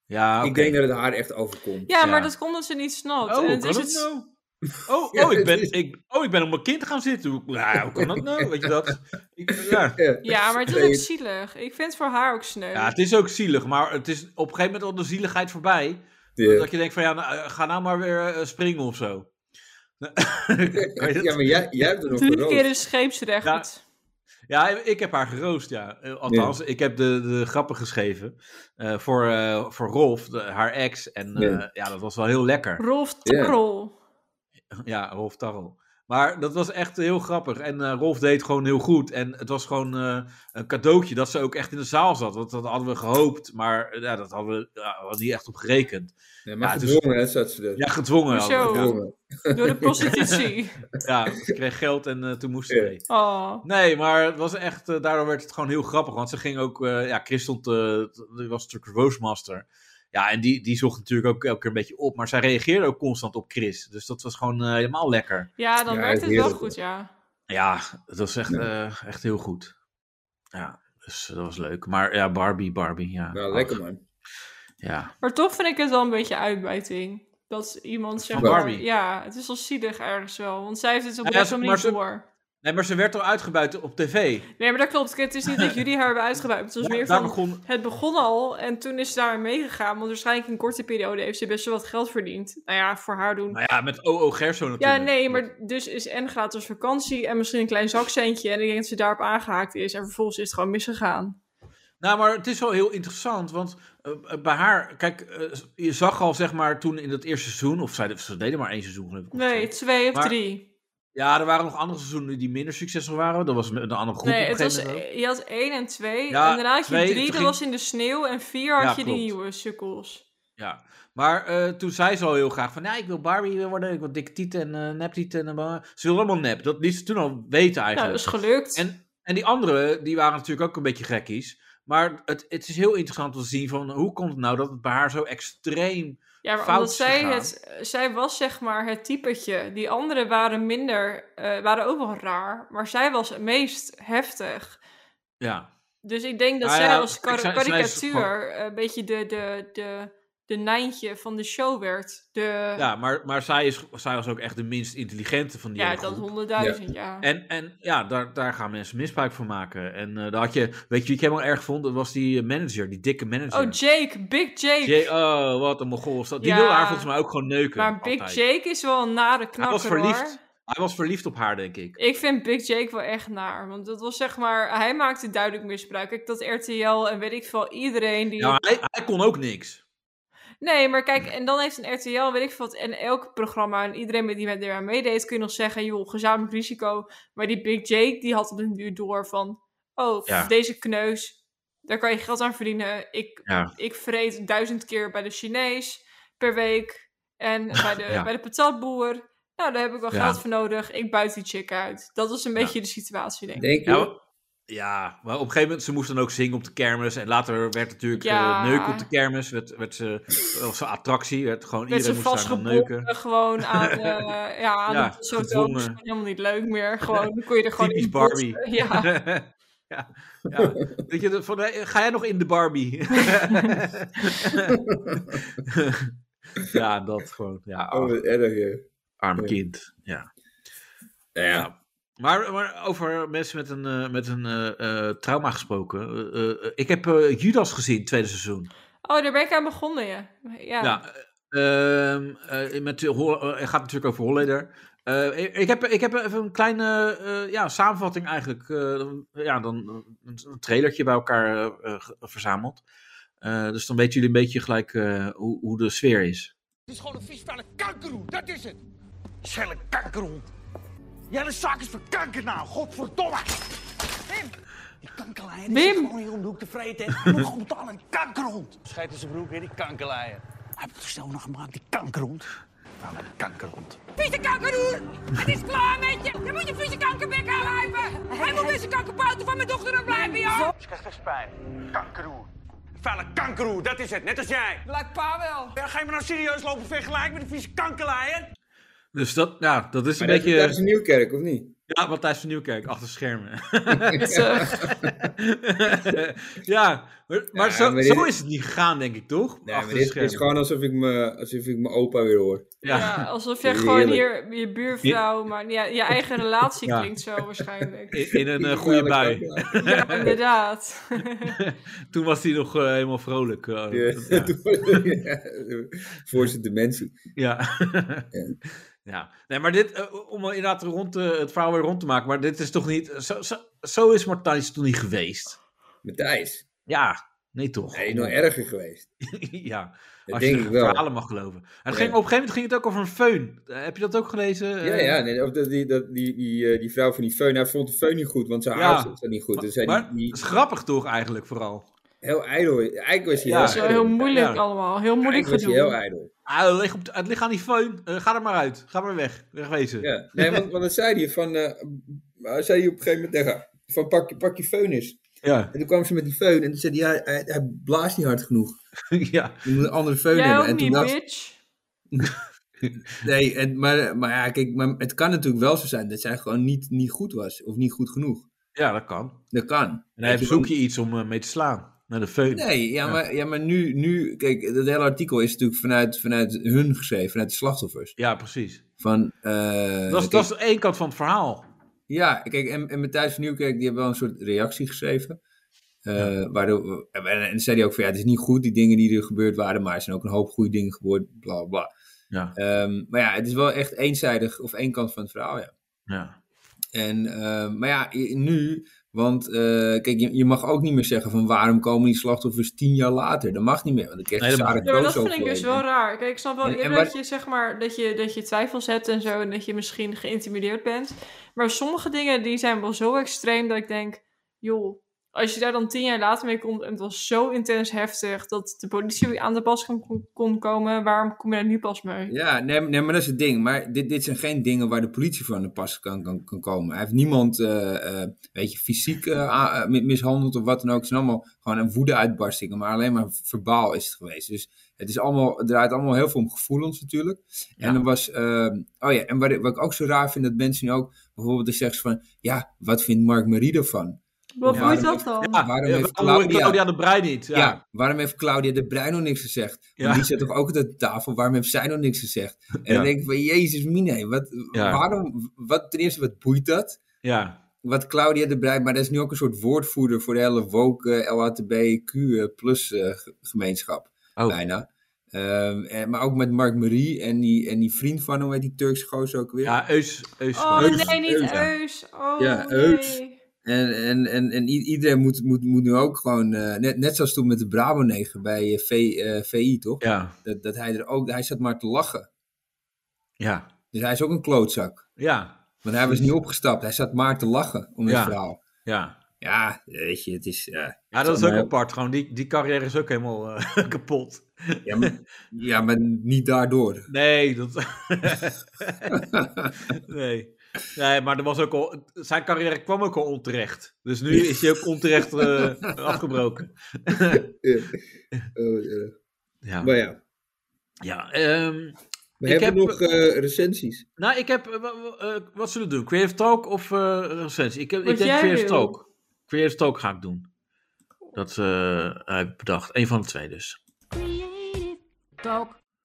Ja,
Ik
oké.
denk dat het haar echt overkomt.
Ja,
Ja.
maar dat komt omdat ze niet snapt.
Oh,
en
hoe
het
kan
is
dat
het...
nou? Oh,
(laughs) Ja,
oh, ik
het
ben,
is-
ik, oh, ik ben op mijn kind gaan zitten. Hoe, ja, hoe kan dat nou? Weet je
(laughs)
dat? Ik, ja.
Ja, maar het is ook zielig. Ik vind het voor haar ook sneu.
ja, het is ook zielig, maar het is op een gegeven moment al de zieligheid voorbij.
(laughs) Ja.
Dat je denkt van, ja, nou, eh, ga nou maar weer eh, springen of zo. (laughs) Nou, kan je dat-
Ja, maar jij, jij hebt er nog
Drie keer
voor
een scheepsrecht.
Ja. ja, ik heb haar geroost, ja. Eh, Althans, ik heb de, de grappen geschreven eh, voor, eh, voor Rolf, de- haar ex. En eh,
Ja.
ja, dat was wel heel lekker.
Rolf
Ja.
Tarrel.
Ja, Rolf Tarrel. Maar dat was echt heel grappig. En eh, Rolf deed gewoon heel goed. En het was gewoon eh, een cadeautje dat ze ook echt in de zaal zat. Want dat hadden we gehoopt, maar eh, ja, dat hadden we ja, we hadden niet echt op gerekend.
Nee, maar
Ja, het is-
gedwongen, hè, zat ze er.
Ja, gedwongen.
Hoezo?
hadden we,
Gedwongen.
Door
(laughs)
de prostitutie.
Ja, ja
(laughs)
ze kreeg geld en eh, toen moest ze
Ja.
mee.
Oh.
Nee, maar het was echt, eh, daardoor werd het gewoon heel grappig. Want ze ging ook, eh, ja, Chris stond, eh, die was natuurlijk Roosmaster. Ja, en die, die zocht natuurlijk ook elke keer een beetje op. Maar zij reageerde ook constant op Chris. Dus dat was gewoon eh, helemaal lekker.
Ja, dan
Ja,
werkt het wel
heerlijk.
goed, ja.
Ja, dat was echt, eh, echt heel goed. Ja, dus dat was leuk. Maar ja, Barbie, Barbie, ja.
Nou, lekker man.
Ja,
Maar toch vind ik het wel een beetje uitbuiting. Dat iemand zegt...
Barbie.
Ja, het is wel zielig ergens wel. Want zij heeft het op
Ja,
best
ze-
wel
maar
niet
ze-
door.
Nee, maar ze werd al uitgebuit op tv.
Nee, maar dat klopt. Het is niet dat jullie haar hebben uitgebuit. Het was
Ja,
meer
daar
van,
begon-
het begon al en toen is ze daar meegegaan. Want waarschijnlijk in een korte periode heeft ze best wel wat geld verdiend. Nou ja, voor haar doen.
Nou ja, met OO Gerso
Ja,
natuurlijk.
nee, maar dus is en gaat als vakantie en misschien een klein zakcentje. En ik denk dat ze daarop aangehaakt is. En vervolgens is het gewoon misgegaan.
Nou, maar het is wel heel interessant, want eh, eh, bij haar... Kijk, eh, je zag al, zeg maar, toen in dat eerste seizoen... Of zij, ze deden maar één seizoen, geloof ik. of
Nee,
zo.
twee of
Maar-
drie.
Ja, er waren nog andere seizoenen die minder succesvol waren. Dat was een een andere groep
Nee,
op een
het was, eh,
gegeven moment.
je had één en twee.
Ja,
en daarna had je
twee,
drie,
toen
dat
ging-
was in de sneeuw. En vier had
Ja,
je die
klopt.
nieuwe sukkels.
Ja, maar eh, toen zei ze al heel graag van... Ja, ik wil Barbie worden, ik wil dikke tieten en eh neptieten. En, bla. ze wilde allemaal nep. Dat liet ze toen al weten
Nou,
eigenlijk.
dat is gelukt.
En, en die anderen, die waren natuurlijk ook een beetje gekkies. Maar het, het is heel interessant om te zien van hoe komt het nou dat het bij haar zo extreem...
Ja, maar
fout
omdat
is
zij,
gegaan.
het, zij was zeg maar het typetje. Die anderen waren minder, eh, waren ook wel raar. Maar zij was het meest heftig.
Ja,
Dus ik denk dat
Ah
zij
ja,
als kar-
ik zei- zij is
karikatuur een beetje de, de, de, de nijntje van de show werd. De, ja,
ja maar, maar zij, is, zij was ook echt de minst intelligente van die hele
dat
groep.
honderdduizend, ja.
En, en ja, daar, daar gaan mensen misbruik van maken. En eh, daar had je, weet je wie ik helemaal erg vond? Dat was die eh, manager, die dikke manager.
Oh, Jake, Big Jake.
Jay- oh, wat een mogol is dat. Die
Ja.
wilde haar volgens mij ook gewoon neuken.
maar Big
eh, altijd.
Jake is wel een nare knakker,
was verliefd.
hoor.
Hij was verliefd op haar, denk ik.
Ik vind Big Jake wel echt naar. Want dat was zeg maar... Hij maakte duidelijk misbruik. Kijk, dat RTL en weet ik veel, iedereen die...
Ja, maar hij, hij kon ook niks.
Nee, maar kijk, en dan heeft een RTL, weet ik veel wat, en elk programma en iedereen met die met eraan meedeed, kun je nog zeggen, joh, gezamenlijk risico. Maar die Big Jake, die had op een duur door van, oh,
Ja.
deze kneus, daar kan je geld aan verdienen. Ik,
Ja.
ik vreet duizend keer bij de Chinees per week
(laughs)
en bij de,
Ja.
bij de patatboer. Nou, daar heb ik wel
Ja.
geld voor nodig. Ik buit die chick uit. Dat was een
Ja.
beetje de situatie, denk ik.
Denk je? Oh,
Ja, maar- ja, maar op een gegeven moment, ze moest dan ook zingen op de kermis. En later werd natuurlijk
Ja.
eh, neuk op de kermis. Werd, werd ze, eh, was ze attractie. Werd gewoon,
Werd ze
iedereen moest daar dan neuken.
vastgebonden gewoon aan,
(laughs)
eh ja, aan
Ja,
de zo
gedwongen.
Dat is helemaal niet leuk
(laughs)
meer. Gewoon, dan kon je er gewoon
Typisch
in
Barbie.
botsen. Ja.
ja. ja. Weet je, dat- van, eh, ga jij nog in de Barbie? (laughs) ja, dat gewoon. Ja,
Oh,
arm,
wat erg, hè.
arm kind. Ja.
Ja.
Maar, maar over mensen met een, eh, met een eh, eh, trauma gesproken. eh, eh, ik heb eh, Judas gezien, tweede seizoen.
Oh, daar ben ik aan begonnen, ja. Ja,
Ja. eh, Nou, ehm, eh, met, Ho- eh, het gaat natuurlijk over Holleder. Eh, ik, ik heb, ik heb even een kleine eh, ja, samenvatting eigenlijk. eh, ja, dan eh, een, een trailertje bij elkaar eh, eh, ge- verzameld. Eh, dus dan weten jullie een beetje gelijk eh, hoe, hoe de sfeer is.
Het is gewoon een vis van een kankeroe, dat is het. Schelle kankeroe. Ja, de zaak is verkankerd nou, godverdomme. Wim, die kankerlijn
Wim.
is gewoon hier om de hoek te vreten. Hij Moet gewoon betalen, die kankerhond. Schijt in zijn broek, hè, die kankerlijn. Hij heeft het zo nog gemaakt, die kankerhond. Van een kankerhond.
Vieze kankeroer! Het is klaar met je! Je moet je vieze kankerbek aanlijpen! Hij moet met zijn kankerpouten van mijn dochter en blijven, joh!
Ze krijgt spijn. Kankerhoer. Vuile kankerhoer, dat is het, net als jij.
Lijkt pa wel.
Ja, ga je me nou serieus lopen vergelijken met die vieze kankerlijn?
Dus dat, ja, dat is een
Maar dat,
beetje.
dat is een Nieuwkerk, of niet?
Ja, Matthijs van Nieuwkerk, achter
(laughs)
schermen.
zeg.
(laughs) ja, maar, maar
Ja,
zo,
maar dit-
zo is het niet gegaan, denk ik, toch?
Nee, maar
Achter
dit
de
is
schermen.
gewoon alsof ik me- alsof ik mijn opa weer hoor.
Ja.
Ja, alsof je
Heerlijk.
gewoon hier je buurvrouw, maar ja, je eigen relatie
Ja.
klinkt zo
(laughs)
waarschijnlijk.
In, in
(laughs)
een eh, goede bui.
Ja, inderdaad.
Toen was hij nog eh, helemaal vrolijk. eh,
(laughs)
ja.
Voor zijn dementie.
Ja. (laughs) ja. Nee, maar dit, eh, om wel inderdaad rond, eh, het verhaal weer rond te maken, maar dit is toch niet... Zo, zo, zo is Martijs toen niet geweest.
Matthijs,
Ja, nee toch?
hij is nog erger geweest.
(laughs) ja,
nou, Dat
als
denk
je
ik
de
wel.
verhalen mag geloven. Het
Ja.
ging, op een gegeven moment ging het ook over een föhn. Eh, heb je dat ook gelezen?
Ja,
Eh,
ja. Nee, of dat, die, dat, die, die, eh, die vrouw van die feun, hij vond de feun niet goed, want zijn
Ja.
haar zat niet goed. Dus hij
Maar
die, die-
het is grappig toch eigenlijk vooral?
heel ijdel. Eigenlijk was hij
Ja,
heel
Zo
ijdel.
heel moeilijk
Ja.
allemaal, heel moeilijk
Eigenlijk was hij heel
gedoe.
ijdel.
Ah, het, ligt op de- het ligt aan die föhn. Eh, ga er maar uit. Ga maar weg. Wegwezen. Ja.
Ja. Nee, want, want dat zei hij van, eh, hij zei hij op een gegeven moment tegen haar, van pak, je- pak je feun eens.
Ja. (laughs)
En toen kwam ze met die feun en toen zei hij, ja, hij, hij blaast niet hard genoeg. Je moet een andere feun
Jij
hebben.
ook
en toen
niet,
dacht-
bitch.
Nee, en, maar, maar ja, kijk, maar het kan natuurlijk wel zo zijn dat zij gewoon niet, niet goed was. Of niet goed genoeg.
ja, dat kan.
Dat kan.
En dan zoek je iets om eh, mee te slaan. Naar de föhn.
Nee, ja, Maar, ja, maar nu, nu, kijk, dat hele artikel is natuurlijk vanuit, vanuit hun geschreven, vanuit de slachtoffers.
Ja, precies.
Van, eh,
dat, is, dat is één kant van het verhaal.
Ja, kijk, en, en Matthijs van Nieuwkerk, die hebben wel een soort reactie geschreven. Eh, waardoor, en, en dan zei hij ook van, ja, het is niet goed, die dingen die er gebeurd waren, maar er zijn ook een hoop goede dingen gebeurd, bla, bla, bla.
Ja.
Ehm, maar ja, het is wel echt eenzijdig, of één kant van het verhaal, ja.
Ja.
En, eh, maar ja, i- nu, want eh, kijk, je, je mag ook niet meer zeggen van waarom komen die slachtoffers tien jaar later? Dat mag niet meer, want dan krijg je
Nee, dat mag
Sarah
niet.
Ja, maar
Kroos
dat vind ik dus
overleden.
wel raar. Kijk, ik snap wel
En- en
eerder
waar-
dat je, zeg maar, dat, je, dat je twijfels hebt en zo. En dat je misschien geïntimideerd bent. Maar sommige dingen die zijn wel zo extreem dat ik denk... joh, als je daar dan tien jaar later mee komt en het was zo intens heftig... dat de politie aan de pas kon, kon komen, waarom kom je daar nu pas mee?
Ja, nee, nee, maar dat is het ding. Maar dit, dit zijn geen dingen waar de politie van de pas kan, kan, kan komen. Hij heeft niemand, eh, eh, weet je, fysiek eh, a- eh, mi- mishandeld of wat dan ook. Het zijn allemaal gewoon een woedeuitbarstingen, maar alleen maar verbaal is het geweest. Dus het is allemaal, het draait allemaal heel veel om gevoelens natuurlijk. En er was, eh, oh ja, en wat, ik- wat ik ook zo raar vind, dat mensen nu ook, bijvoorbeeld, er zeggen ze van, ja, wat vindt Mark Marie ervan?
Wat
Ja,
boeit
dat
dat dan?
Ja,
Ah, Waarom
eh,
heeft
waarom hoor ik
Claudia-
Claudia de Breij niet?
Ja. waarom heeft Claudia de Bruin nog niks gezegd?
Ja.
Want die zit toch ook altijd aan tafel, waarom heeft zij nog niks gezegd? En
Ja.
dan denk ik van, jezus mine, wat,
Ja.
waarom, wat, ten eerste, wat boeit dat?
ja.
Wat Claudia de Bruin, maar dat is nu ook een soort woordvoerder voor de hele woke eh, LHTBQ plus eh, ge- gemeenschap,
Oh.
bijna. Ehm, en, maar ook met Mark Marie en die, en die vriend van hem, hoe heet die Turkse gozer ook weer.
Ja, Eus. Eus.
Oh
Eus.
nee, niet
Eus.
Eus. Oh
Ja, Eus.
nee.
En, en, en, en i- iedereen moet, moet, moet nu ook gewoon, eh, net, net zoals toen met de Bravo 9 bij eh, V, eh, VI, toch?
Ja.
Dat, dat hij er ook, hij zat maar te lachen.
Ja.
Dus hij is ook een klootzak.
Ja.
Want hij was niet opgestapt. Hij zat maar te lachen om het
Ja.
verhaal.
Ja.
Ja, weet je, het is... ja.
Ja, dat is ook
Maar-
apart. Gewoon die, die carrière is ook helemaal eh, (laughs) kapot.
ja, maar, ja, maar niet daardoor.
Nee, dat. (laughs) nee. Nee, maar er was ook al, zijn carrière kwam ook al onterecht. Dus nu is hij ook onterecht eh, afgebroken. Ja.
Oh, maar ja,
ja ehm,
we
Ik
hebben
heb-
nog eh, recensies.
nou, ik heb. eh, wa- wa- eh, wat zullen we doen? Creative Talk of eh recensie? Ik, heb,
Wat
ik denk
jij
Creative
wil.
Talk. Creative Talk ga ik doen. Dat eh, heb ik bedacht. Eén van de twee dus.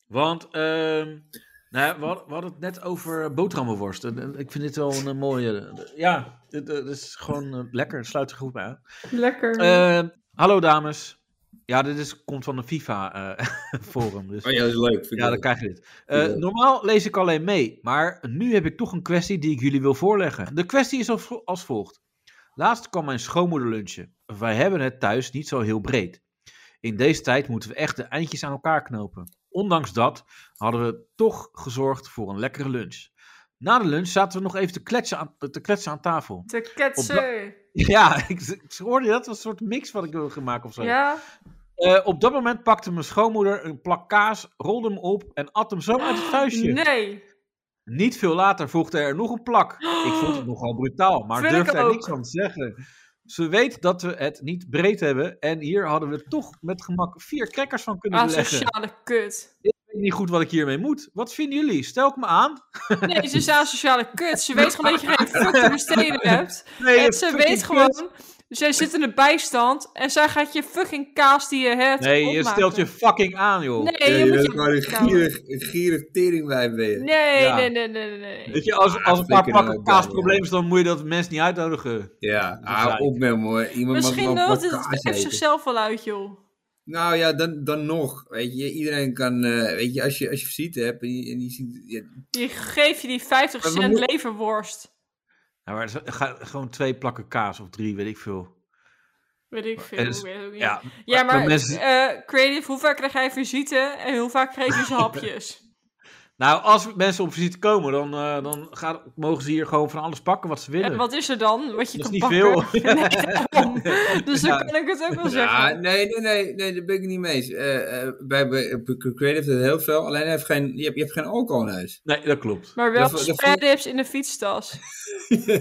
Want ehm, nou ja, we, had- we hadden het net over boterhammenworst. En, en ik vind dit wel een, eh, mooie. Ja, dit, eh, dit is gewoon eh, lekker. Het Sluit er goed bij aan.
Lekker.
Eh, hallo dames. Ja, dit is, komt van een (laughs) FIFA-forum. dus
Oh ja, dat is leuk. Vind
ja, dan
ik
krijg je dit. Eh, normaal lees ik alleen mee, maar nu heb ik toch een kwestie die ik jullie wil voorleggen. De kwestie is als, als volgt. Laatst kwam mijn schoonmoeder lunchen. Wij hebben het thuis niet zo heel breed. In deze tijd moeten we echt de eindjes aan elkaar knopen. Ondanks dat hadden we toch gezorgd voor een lekkere lunch. Na de lunch zaten we nog even te kletsen aan, te kletsen aan
(laughs)
tafel.
Te ketsen.
Ja, ik, ik hoorde dat was een soort mix wat ik wilde gaan maken of zo.
Ja.
Eh, op dat moment pakte mijn schoonmoeder een plak kaas, rolde hem op en at hem zo uit het vuistje.
Ah, Nee.
Niet veel later voegde er nog een plak. Ik vond
(gasps)
het nogal brutaal, maar
Vind ik
durfde er
ook.
niks van te zeggen. Ze weet dat we het niet breed hebben en hier hadden we toch met gemak vier crackers van kunnen
Ah,
beleggen.
Asociale kut.
Ik weet niet goed wat ik hiermee moet. Wat vinden jullie? Stel ik me aan.
Nee, ze is een sociale kut. Ze weet gewoon dat je geen fuck te besteden hebt.
Nee,
en ze weet gewoon... Zij zit in de bijstand en zij gaat je fucking kaas die je hebt
Nee, je
opmaken.
stelt je fucking aan, joh.
Nee,
leuk. Ja,
je,
je
moet
bent
je
gewoon een
kamer.
gierig, een gierig teringwijf ben je.
Nee,
Ja.
nee, nee, nee, nee, nee.
Weet je, als, als een paar
flikker nou
plakken
ook dan,
kaas probleem is, dan moet je dat mensen niet uitnodigen.
Ja,
zijn.
hou op met hem hoor. Iemand
Misschien
mag wel
loopt
wat
het
kaas
even
eten.
zichzelf wel uit, joh.
Nou ja, dan, dan nog. Weet je, iedereen kan. eh, weet je, als je, als je visite hebt en die, en die ziet. ja,
Je geeft je die 50
Maar we
cent
moeten-
leverworst.
Ja, maar het is- ga- gewoon twee plakken kaas of drie, weet ik veel.
Weet ik veel.
En is-
weet ik ook niet.
Ja,
Ja, maar
dat mensen-
eh, Creative, hoe vaak krijg jij visite en hoe vaak krijg
(laughs)
je ze hapjes?
Nou, als mensen op visite komen, dan, eh, dan gaan- mogen ze hier gewoon van alles pakken wat ze willen.
En wat is er dan? Wat je
Dat
kan
is niet
pakken?
veel.
(laughs) Nee,
(laughs)
daarom. dus dan kan ik het ook wel zeggen.
Ja, nee, nee, nee, nee, daar ben ik het niet mee eens. Eh, eh, bij, bij bij Creative dat heel veel, alleen hij heeft geen, je, hebt, je hebt geen alcohol
(laughs)
in huis.
Nee, dat klopt.
Maar wel
Dat- dat-
spreadips in de fietstas.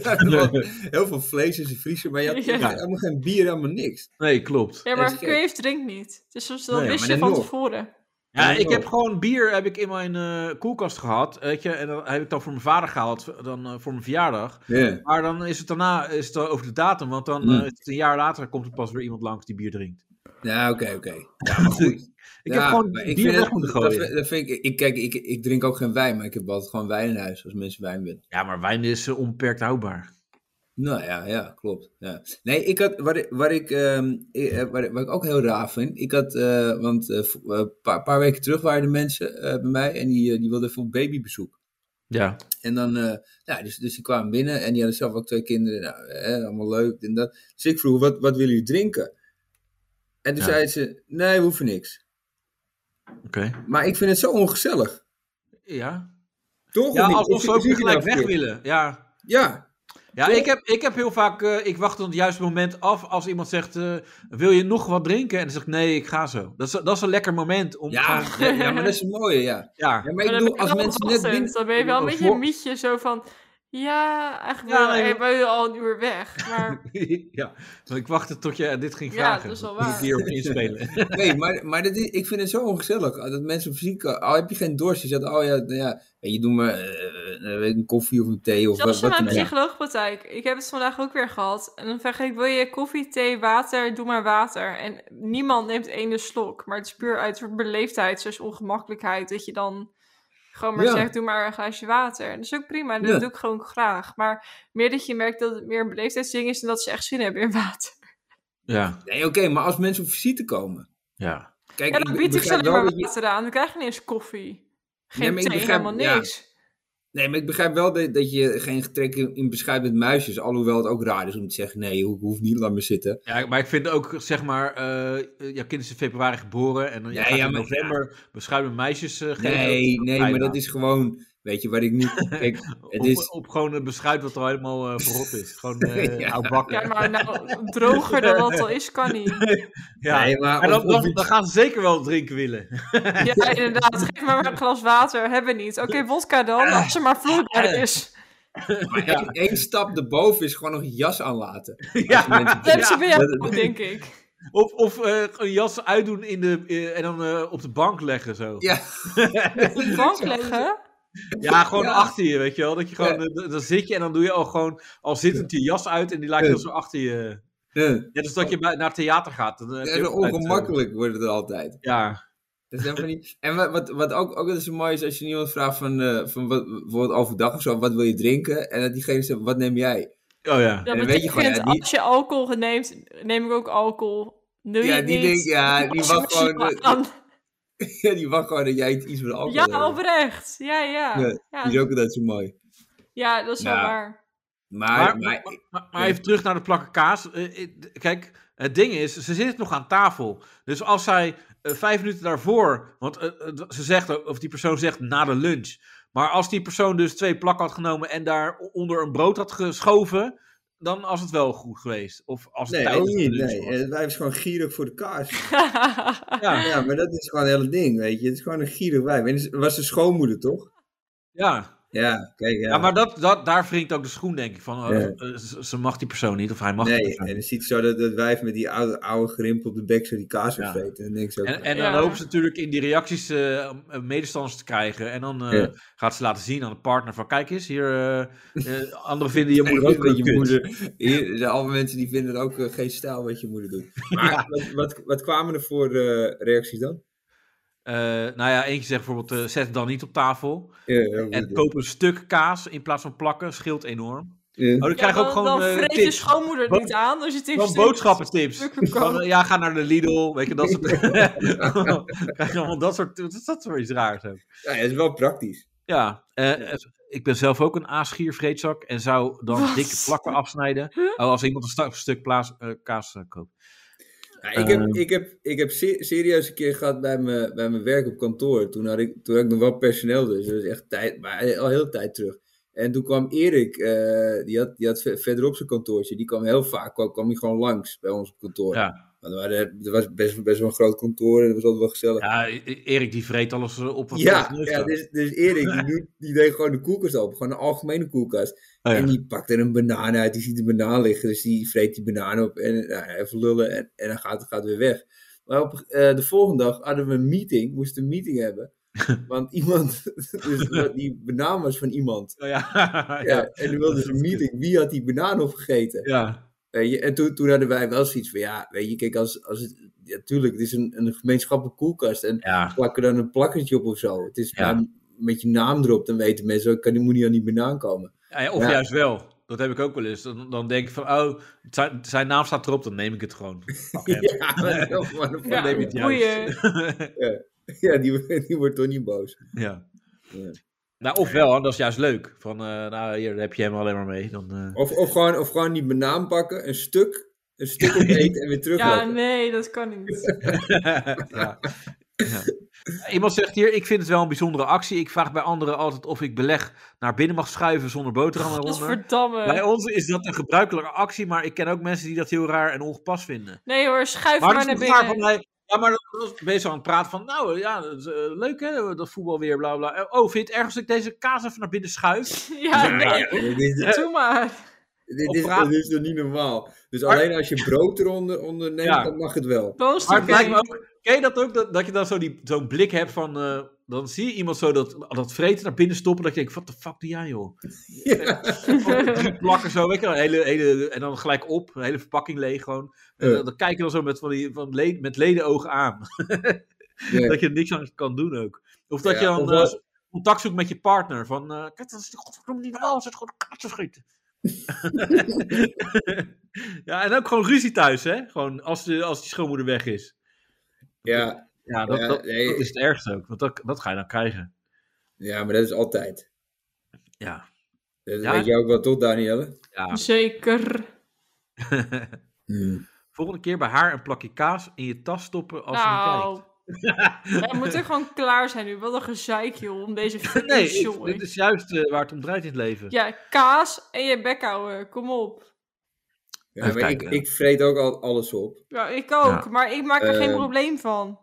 heel veel vlees in zijn vriezer, maar je hebt je hebt
Ja.
helemaal geen bier, helemaal niks.
Nee, klopt.
Ja,
Dat
maar
is gek.
Crave drinkt niet. Dus soms dat
Nee,
wist
maar
je
dan
van
nog.
tevoren.
Ja,
Ja,
ik heb
wel.
gewoon bier heb ik in mijn eh, koelkast gehad, weet je. En dat heb ik dan voor mijn vader gehaald, dan eh, voor mijn verjaardag.
Ja.
Maar dan is het daarna is het dan over de datum, want dan
Mm.
eh, is het een jaar later komt er pas weer iemand langs die bier drinkt.
Ja, oké, oké.
(laughs)
Ja, maar goed.
Ik
Ja,
heb gewoon
maar ik
bier
vind
weg
het-
moeten
dat
gooien.
vind- dat vind ik, ik, kijk, ik, ik drink ook geen wijn, maar ik heb altijd gewoon wijn in huis als mensen wijn willen.
Ja, maar wijn is eh, onbeperkt houdbaar.
Nou ja, ja, klopt. Ja. Nee, ik had, waar, ik- waar, ik, ehm, eh, eh, waar, ik- waar ik ook heel raar vind, ik had, eh, want een paar, paar weken terug waren er mensen eh, bij mij en die, eh, die wilden voor babybezoek.
Ja.
En dan, eh, ja, dus, dus die kwamen binnen en die hadden zelf ook twee kinderen. Nou, eh, allemaal leuk en dat. Dus ik vroeg, wat, wat willen jullie drinken? En toen
Ja.
zei ze, nee, we hoeven niks.
Oké.
Maar ik vind het zo ongezellig.
Ja.
Toch?
Ja,
Of niet?
alsof
Ik-
ze ook
ik- ik-
weer gelijk
ik-
weg willen. Ja.
Ja,
Ja,
Toch?
ik heb, ik heb heel vaak, eh, ik wacht op het juiste moment af als iemand zegt, eh, wil je nog wat drinken? En dan zeg ik, nee, ik ga zo. Dat is, dat is een lekker moment om
ja,
gewoon-
ja, (laughs) ja, maar dat is een mooie, ja.
ja. (laughs)
ja maar ik
Maar dan
bedoel,
ben je
als
wel
mensen net
verrassend.
binnen...
Dan ben je wel een
Oh,
beetje
voor-
een mietje zo van... Ja, eigenlijk
Ja,
wel,
nee,
ik ben al een uur weg.
(laughs)
Maar
ja. want Ik wachtte tot je dit ging
Ja,
vragen.
dat is wel
moet
waar.
ik hierop
(laughs)
inspelen.
Nee, maar, maar dat is, ik vind het zo ongezellig. eh, Dat mensen fysiek, al heb je geen dorst, je zegt, oh ja, nou ja weet je, doe maar eh, eh, weet ik, een koffie of een thee of
zelfs
wat,
in
wat
mijn
dan ook.
psycholoogpraktijk. Ik heb het vandaag ook weer gehad. En dan vraag ik, wil je koffie, thee, water? Doe maar water. En niemand neemt ene slok. Maar het is puur uit een beleefdheid, zoals ongemakkelijkheid. Dat je dan gewoon maar
Ja.
zegt, doe maar een glaasje water. En dat is ook prima, dat
Ja.
doe ik gewoon graag. Maar meer dat je merkt dat het meer een beleefdheidsding is... en dat ze echt zin hebben in water.
Ja,
Nee, oké, maar als mensen op visite komen.
ja.
Kijk,
Ja, dan
be-
bied ik ze
begrijp
alleen
wel
maar
dat je-
water aan. Dan krijg je niet eens koffie.
Nee,
Geen
maar ik
thee,
begrijp-
helemaal
ja.
niks.
Nee, maar ik begrijp wel dat, dat je geen trek in, in beschrijvend muisjes, Alhoewel het ook raar is om te zeggen, nee, ho- hoeft niet, laat me zitten.
ja, maar ik vind ook, zeg maar, eh jouw kind is in februari geboren en dan je
Nee,
gaat
ja,
in
maar-
november beschuimen meisjes eh, geven.
Nee, nee, maar dat
Ja.
is gewoon, weet je, waar ik niet... Kijk, het
Op,
is...
op gewoon een beschuit wat al helemaal eh, verrot is.
(laughs)
Gewoon eh
Ja.
oud bakken.
Ja,
(laughs)
maar nou, droger dan dat al is, kan niet.
(laughs) Ja.
Nee, maar
En
of-
dan,
of
dan,
iets-
dan gaan ze zeker wel drinken willen. (laughs)
(laughs)
Ja, inderdaad. Geef me maar een glas water. Hebben we niet. Oké, vodka dan. Als er maar vloeibaar is.
maar één, één stap erboven is gewoon nog een jas aanlaten.
(laughs) ja.
Dat hebben ze bij jou
dat-
ook, denk ik.
Of, of eh, een jas uitdoen in de, eh, en dan eh, op de bank leggen zo. Ja,
(laughs) Ja,
Op de bank leggen.
gewoon
Ja.
achter je, weet je wel. Dat je gewoon,
Ja.
eh, d- dan zit je en dan doe je al gewoon al zittend je jas uit en die laat je
Ja.
dan zo achter je.
Eh,
Net als dat je bij, naar het theater gaat. Dan, heb
ja,
je
zo
ook altijd, eh,
ongemakkelijk wordt het altijd.
Ja,
Dat is helemaal niet. En wat, wat, wat ook, ook wel eens mooi is, als je iemand vraagt van, eh, van wat, bijvoorbeeld overdag of zo, wat wil je drinken? En dat diegene zegt, wat neem jij? (laughs)
oh ja.
Dat
dan weet je gewoon, ja,
betekent,
die-
als je alcohol neemt, neem ik ook alcohol. Doe
Ja,
je het
die
niet.
denkt- ja, die
Als je
wacht gewoon-
maar aan-
Ja, die wacht gewoon dat jij iets met alcohol hebt.
Ja, oprecht. Ja, ja.
Ja, Die is
Ja,
ook altijd zo mooi.
ja dat is wel
Nou,
waar.
Maar,
Maar,
maar,
maar, maar- maar even terug naar de plakken kaas. Eh, eh, d- kijk, het ding is, ze zit nog aan tafel. Dus als zij eh, vijf minuten daarvoor, want eh, eh, ze zegt, ook- of die persoon zegt na de lunch. Maar als die persoon dus twee plakken had genomen en daar o- onder een brood had geschoven, dan was het wel goed geweest. Of als het
nee, ook
tijdens de
niet.
lunch
Nee.
was.
Eh, Wij is gewoon gierig voor de kaars.
Ja,
ja, maar dat is gewoon het hele ding, weet je. Het is gewoon een gierig wijf. En het was de schoonmoeder, toch?
ja.
(laughs) Ja, kijk, ja.
ja, maar dat, dat, daar wringt ook de schoen, denk ik. Van, eh,
Ja.
eh, ze- ze mag die persoon niet, of hij mag die
Nee,
persoon
en
niet.
dan ziet zo dat, dat wijf met die oude, oude grimp op de bek zo die kaas
Ja.
ja. En dan denk ik zo,
En, en
Ja.
dan hopen ze natuurlijk in die reacties eh, om- eh, medestanders te krijgen. En dan eh,
Ja.
gaat ze laten zien aan de partner van... Kijk eens, hier, eh,
(laughs)
eh, anderen vinden je moeder
Kijk,
ook
wat
een
je
kut.
moeder. (laughs) Hier, de alle mensen die vinden het ook eh, geen stijl wat je moeder
(laughs)
doet. Maar wat, wat, wat kwamen er voor eh, reacties dan?
Eh, nou ja, eentje zegt bijvoorbeeld... eh, zet het dan niet op tafel.
Ja, heel
En
goed.
koop een stuk kaas in plaats van plakken. Scheelt enorm.
Ja.
Oh, dan krijg je
dan,
ook gewoon
dan
eh,
vreet je
tips.
schoonmoeder het
Bo-
niet aan als je het in
Gewoon boodschappentips.
Stukken
Van, eh, ja, ga naar de Lidl. Weet je,
(laughs)
dat soort... (laughs) krijg je allemaal dat soort... Wat is dat voor iets raars ook?
Ja, dat is wel praktisch.
Ja, eh, eh, ik ben zelf ook een aasgiervreedzak en zou (laughs) dan
Wat?
dikke plakken afsnijden. Oh, als iemand een sta- stuk plaas, eh, kaas eh, koopt.
Ja, ik, heb,
Ehm.
ik, heb, ik heb se- serieus een keer gehad bij mijn, bij mijn werk op kantoor. Toen had ik, toen had ik nog wel personeel, dus dat is echt tijd, maar al heel de tijd terug. En toen kwam Erik, eh, die, had, die had ve- verderop zijn kantoortje, die kwam heel vaak, kwam, kwam hij gewoon langs bij ons op kantoor.
Ja.
Want er, waren, er was best, best wel een groot kantoor en dat was altijd wel gezellig.
Ja, E- Erik die vreet alles eh, op wat voor
Ja,
zijn neus
ja
staat.
dus, dus Erik die, doet- die deed gewoon de koelkast open, gewoon een algemene koelkast.
Oh, ja.
En die pakt er een banaan uit, die ziet de banaan liggen, dus die vreet die banaan op en nou, even lullen en, en dan gaat, gaat weer weg. Maar op, eh, de volgende dag hadden we een meeting, moesten een meeting
(laughs)
hebben. Want iemand, (laughs) dus wat die banaan was van iemand.
Oh, ja. (laughs)
Ja,
ja.
en toen wilden ze een meeting, wie had die banaan opgegeten?
ja.
Weet je, en toen, toen hadden wij wel zoiets van, ja, weet je, kijk, als, als het, ja, tuurlijk, het is een, een gemeenschappelijke koelkast. En
Ja.
plak er dan een plakketje op of zo. Het is
Ja. (laughs)
ja, met je naam erop, dan weten mensen, ook, kan die moet niet aan die banaan komen.
Ja, of
Ja.
juist wel. Dat Dat heb ik ook wel eens. Dan, dan denk ik van, oh, zijn, zijn naam staat erop, dan neem ik het
(laughs)
gewoon. Fuck hem.
Ja, dat is gewoon een-
Ja. neem je het juist.
boeien.
ja die, die wordt toch niet boos.
Ja.
Ja.
Nou, ofwel, dat is juist leuk. Van, eh, nou, hier daar heb je hem alleen maar mee. Dan, eh.
Of, of, gewoon, of gewoon die banaan pakken, een stuk, een stuk opeten en weer
Ja,
terugleggen.
nee, dat kan niet.
(laughs) ja. Ja. Iemand zegt hier, ik vind het wel een bijzondere actie. Ik vraag bij anderen altijd of ik beleg naar binnen mag schuiven zonder boterham eronder. Bij
Godverdamme.
ons is dat een gebruikelijke actie, maar ik ken ook mensen die dat heel raar en ongepast vinden.
Nee hoor, schuif
Maar
maar,
dat
naar
is toch raar
binnen.
van mij. Ja, maar dan was ik bezig aan het praten van, nou ja, dat is, eh, leuk hè, dat voetbal weer, bla bla. Eh, Oh, vind je het erg als ik deze kaas even naar binnen schuif?
(laughs) Ja, nee,
Dit, is, dit,
doe maar.
is,
Opraat.
dit is toch niet normaal? Dus
Maar-
alleen als je brood eronder onder neemt,
Ja.
dan mag het wel.
Dan is het
Maar het (laughs) lijkt me
oké.
ook, ken je dat ook, dat, dat je dan zo die- zo'n blik hebt van, eh, dan zie je iemand zo dat, dat vreten naar binnen stoppen, dat je denkt, wat de fuck doe jij joh? drie plakken zo, weet je wel, een hele, hele, en dan gelijk op, een hele verpakking leeg gewoon. En
Ja.
dan, dan kijk je dan zo met, van die, van le- met ledenogen aan,
Ja.
dat je er niks aan kan doen ook. Of dat
Ja,
je dan
of als-
eh, contact zoekt met je partner, van, eh, kijk, dat is die godverdomme niet normaal, ze is gewoon een te schieten. (laughs) ja, en ook gewoon ruzie thuis, hè, gewoon als, de, als die schoonmoeder weg is.
Ja,
Ja, dat,
Ja,
dat,
nee,
dat is het ergste ook, want dat, dat ga je dan krijgen.
ja, maar dat is altijd.
Ja.
Dat
Ja.
weet jij ook wel toch, Danielle?
ja.
Zeker.
Hmm. Volgende keer bij haar een plakje kaas in je tas stoppen als je niet kijkt.
(laughs) Nou. Hij moet er gewoon klaar zijn nu. Wat een gezeik, joh, om
(laughs)
deze (laughs) fucking
Nee,
show,
dit
hè.
is juist eh, waar het om draait in het leven.
Ja, kaas en je bek houden. Kom op.
Ja,
Even
maar ik,
kijken.
ik vreet ook al, alles op.
Ja, ik ook,
Ja. Ehm.
maar ik maak er geen
Eh,
probleem van.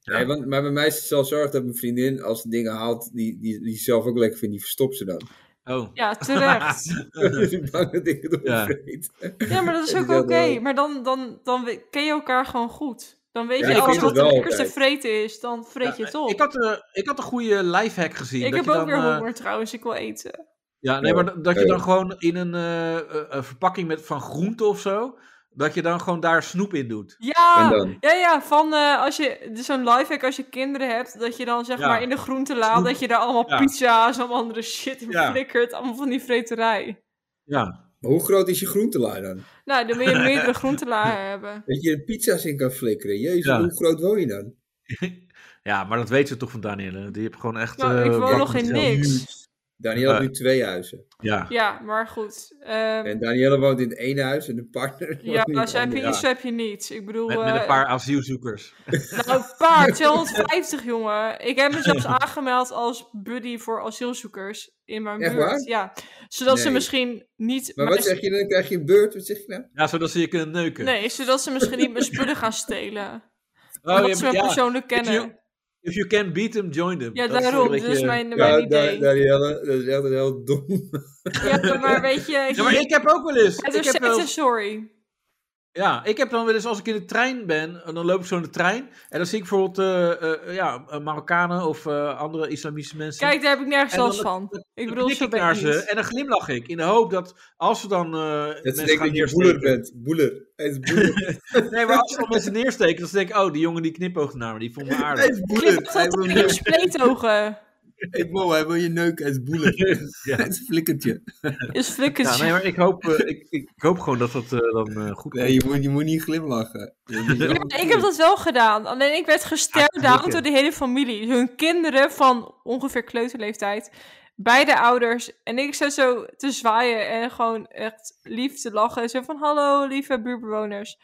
Ja.
Nee, want, maar bij mij is het zelfs zorg dat mijn vriendin, als ze dingen haalt die, die, die ze zelf ook lekker vindt, die verstopt ze dan.
Oh.
Ja,
(laughs)
terecht.
(laughs) dus ik ben bang dat ik het
Ja.
opvreet.
Ja, maar dat is ook
Ik
oké.
wil wel-
Maar dan, dan, dan we- ken je elkaar gewoon goed. Dan weet
Ja,
je,
ik
als
vind
wat
het
de
wel
lekkerste
altijd.
vreten is, dan vreet je het op.
Ik had, eh, ik had een goede lifehack gezien.
Ik
dat
heb
je
ook
dan,
weer
eh,
honger trouwens, ik wil eten.
ja, nee,
Ja.
maar dat je
Ja.
dan gewoon in een eh, eh, een verpakking met, van groente of zo, dat je dan gewoon daar snoep in doet.
Ja,
En dan?
ja, ja, van eh, als je, dus zo'n lifehack als je kinderen hebt, dat je dan zeg
Ja.
maar in de groentelaal, dat je daar allemaal
Ja.
pizza's, allemaal andere shit in
Ja.
flikkert, allemaal van die vreterij.
Ja.
Maar hoe groot is je groentelaar dan?
Nou, dan
(laughs)
wil je meerdere groentelaren hebben.
Dat je er pizza's in kan flikkeren. Jezus,
Ja.
hoe groot woon je dan?
ja, maar dat weet ze toch van Danielle. Die heeft gewoon echt...
Nou,
eh,
ik woon
bak
nog
met
in
geld.
niks.
Danielle heeft
Ja.
nu twee huizen.
Ja.
Ja, maar goed. ehm,
En Danielle woont in één huis en een partner.
ja,
woont in
als
het
heb je
andere.
iets, heb je niets. Ik bedoel,
Met, met
eh,
een paar asielzoekers.
nou, een paar, 250 (laughs) jongen. Ik heb
(laughs)
me zelfs aangemeld als buddy voor asielzoekers in mijn
Echt
buurt.
waar?
Ja, zodat ze
Nee.
misschien niet.
Maar
mijn-
wat zeg je dan? Krijg je een beurt? Wat zeg je nou?
Ja, zodat ze je kunnen neuken.
Nee, zodat ze misschien niet mijn spullen gaan stelen.
Oh,
omdat
je-
ze me
ja. If
persoonlijk
you-
kennen.
If you can beat them, join them.
Ja,
Dat is een
daarom.
beetje-
Dat is mijn,
Ja,
mijn
Da-
idee.
Danielle, dat is echt een heel dom.
Ja, maar weet je,
Ja, maar ik heb ook wel eens...
het
ik
is
heb
steeds
wel
een sorry.
Ja, ik heb dan wel eens, als ik in de trein ben, en dan loop ik zo in de trein. En dan zie ik bijvoorbeeld eh, eh, ja, eh, Marokkanen of eh, andere islamitische mensen.
Kijk, daar heb ik nergens
En dan-
last van. Ik
Dan
bedoel,
knik
zo
ik
ben
naar
ik
ze
niet.
en dan glimlach ik. In de hoop dat als ze dan. eh
Dat ze
mensen
denken
gaan
dat je
neersteken.
boeler bent. Boeler. Hij is boeler.
Nee, maar als ze dan mensen neersteken, dan denk ik, oh, die jongen die knipoogt naar me, die
(laughs)
vond me
Hij
aardig.
is
Knip
boeler. Hij
dat
wil
in je
neuken.
spleetogen.
Hey, Mo, hij wil je neuken. Hij is boeler.
(laughs) Ja.
(laughs) Het is flikkertje.
Is
Ja,
flikkers.
nee, maar ik hoop, eh, ik, ik hoop gewoon dat dat eh, dan eh, goed komt.
Nee, je moet, je moet niet glimlachen. Dat is
Ja,
wel-
ik heb dat wel gedaan. Alleen ik werd
Ja,
gestared
zeker.
door de hele familie. Hun kinderen van ongeveer kleuterleeftijd. Beide ouders. En ik zat zo te zwaaien en gewoon echt lief te lachen. Zo van, hallo lieve buurtbewoners.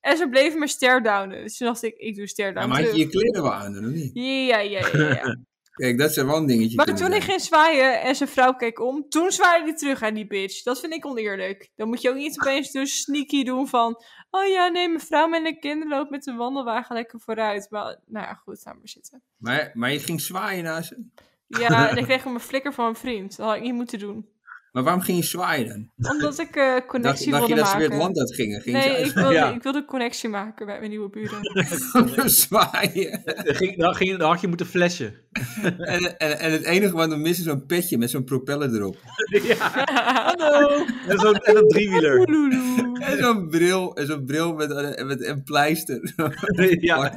En ze bleven me stare-downen. Dus toen dacht ik, ik doe
Ja,
stare-down
maar had je
terug.
je kleren wel aan, of niet?
Ja, ja, ja, ja, ja.
Kijk, dat zijn wel een dingetje.
Maar
kunnen
toen ik
zijn.
ging zwaaien en zijn vrouw keek om, toen zwaaide hij terug aan die bitch. Dat vind ik oneerlijk. Dan moet je ook niet opeens doen sneaky doen van... Oh ja, nee, mijn vrouw met de kinderen loopt met een wandelwagen lekker vooruit. Maar nou ja, goed, laat maar zitten.
Maar, maar je ging zwaaien naar ze. (laughs)
Ja, en ik kreeg hem een flikker van mijn vriend. Dat had ik niet moeten doen.
Maar waarom ging je zwaaien dan?
Omdat ik eh,
Dacht,
connectie
dacht je
wilde
dat ze
maken.
weer het land uit gingen? Ging
nee, ik
(laughs) ze
wilde,
Ja.
ik wilde connectie maken bij mijn nieuwe
(laughs)
buren.
uit zwaaien?
Dan, ging, dan, ging, dan had je moeten flashen.
En, en, en het enige wat we missen is zo'n petje met zo'n propeller erop.
(laughs)
(laughs) Hallo!
En zo'n en een driewieler.
(laughs) Oeloeloe.
En zo'n bril, en zo'n bril met, een- met een pleister.
Ja.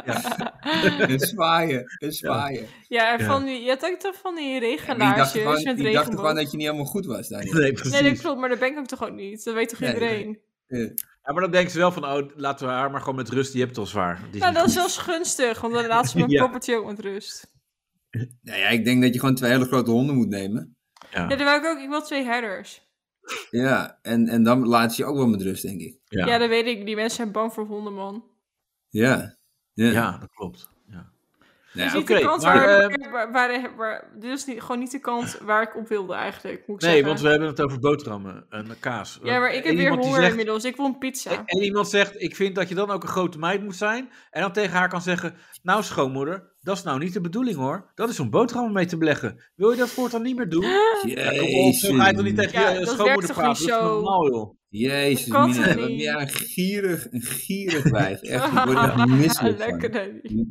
(laughs) en zwaaien, en zwaaien.
Ja, en van die, je had ook toch van die
Maar je dacht
regenaarsjes
gewoon-
met
je dacht gewoon dat je niet helemaal goed was daarin.
Nee,
Nee, dat klopt, maar dat ben ik ook toch ook niet? Dat weet toch
Nee,
iedereen?
Ja, maar dan denken ze wel van, oh, laten we haar maar gewoon met rust, die hebt het al zwaar. Die is
Nou,
niet
dat is zelfs gunstig, want
(laughs)
dan laat ze mijn
Ja.
property ook met rust.
Nou ja, ik denk dat je gewoon twee hele grote honden moet nemen.
goed. Ja.
Ja, daar wou ik ook. Ik wil twee herders.
Ja, en, en dan laat ze je ook wel met rust, denk ik.
Ja.
Ja. dat weet ik. Die mensen zijn bang voor honden, man.
Ja. Ja.
Ja, dat klopt. Ja.
Nou
Dus
ja,
niet de
oké,
kant
maar, ehm,
waar, waar, waar- waar- dit is niet, gewoon niet de kant waar ik op wilde eigenlijk, moet ik
Nee,
zeggen.
want we hebben het over boterhammen en kaas.
Ja, maar ik heb
En
weer
iemand die
honger
zegt-
inmiddels. Ik wil een pizza.
En iemand zegt, ik vind dat je dan ook een grote meid moet zijn. En dan tegen haar kan zeggen, nou schoonmoeder, dat is nou niet de bedoeling hoor. Dat is om boterhammen mee te beleggen. Wil je dat voortaan niet meer doen? Ja, kom op, zo ga je toch niet
jezus.
tegen
Ja,
je eh,
dat werkt
schoonmoeder
toch
praten?
niet
Dat is
zo?
normaal joh.
Jezus,
Dat kan
Mina,
toch
wat ben
niet?
jij een gierig, een
(laughs)
gierig wijf. Echt, ik word
(laughs)
er misselijk van.
Lekker, Danny.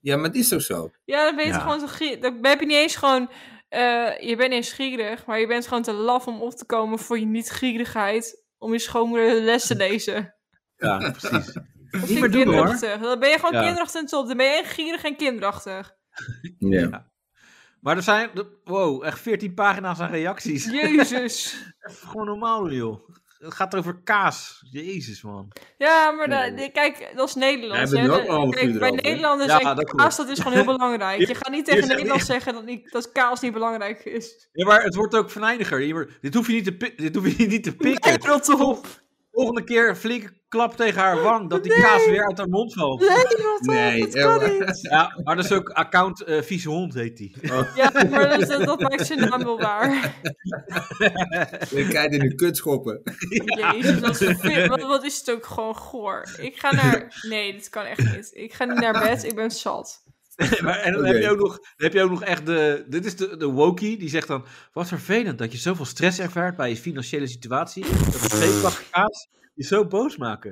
Ja, maar het is toch zo?
Ja, dan ben je toch
Ja.
gewoon zo gierig. Dan heb je niet eens gewoon... eh, je bent eens gierig, maar je bent gewoon te laf om op te komen voor je niet-gierigheid. Om je schoonmoeder de les te lezen.
Ja, precies.
Dat
Niet
vind
meer
ik
doen hoor.
kinderachtig. Dan ben je gewoon
Ja.
kinderachtig en top. Dan ben je echt gierig en kinderachtig.
Ja.
Maar er zijn, wow, echt 14 pagina's aan reacties.
Jezus.
Gewoon normaal joh. Het gaat over kaas. Jezus man.
Ja, maar da- de- kijk, dat is Nederlands.
Wij hebben
hè.
het nu ook al een
Kijk,
uur
bij
erover, hè?
Nederlanders
Ja,
en
dat klopt.
kaas, dat is gewoon heel
(laughs)
belangrijk. Je gaat niet tegen
Hier zijn-
Nederlands zeggen dat, niet, dat kaas niet belangrijk is.
Ja, maar het wordt ook venijniger. Je wordt- Dit hoef je niet te, pi- dit hoef je niet te pikken.
Nee, rot op.
Volgende keer een flinke klap tegen haar wang. Dat die kaas weer uit haar mond valt.
Nee, rot op.
Nee,
dat kan
eh,
niet.
(laughs)
Ja, maar dat is ook account eh, vieze hond heet die.
Ja, maar dat, dat, dat maakt zijn naam wel
(laughs)
waar.
Je kijkt in de kut schoppen.
Jezus, wat, verve- wat, wat is het ook gewoon goor. Ik ga naar... Nee, dit kan echt niet. Ik ga niet naar bed, ik ben zat.
(laughs) maar, en dan,
Oké.
heb je ook nog, dan heb je ook nog echt de... Dit is de, de wokie, die zegt dan... Wat vervelend dat je zoveel stress ervaart bij je financiële situatie. Dat een zeepbak kaas je zo boos maken.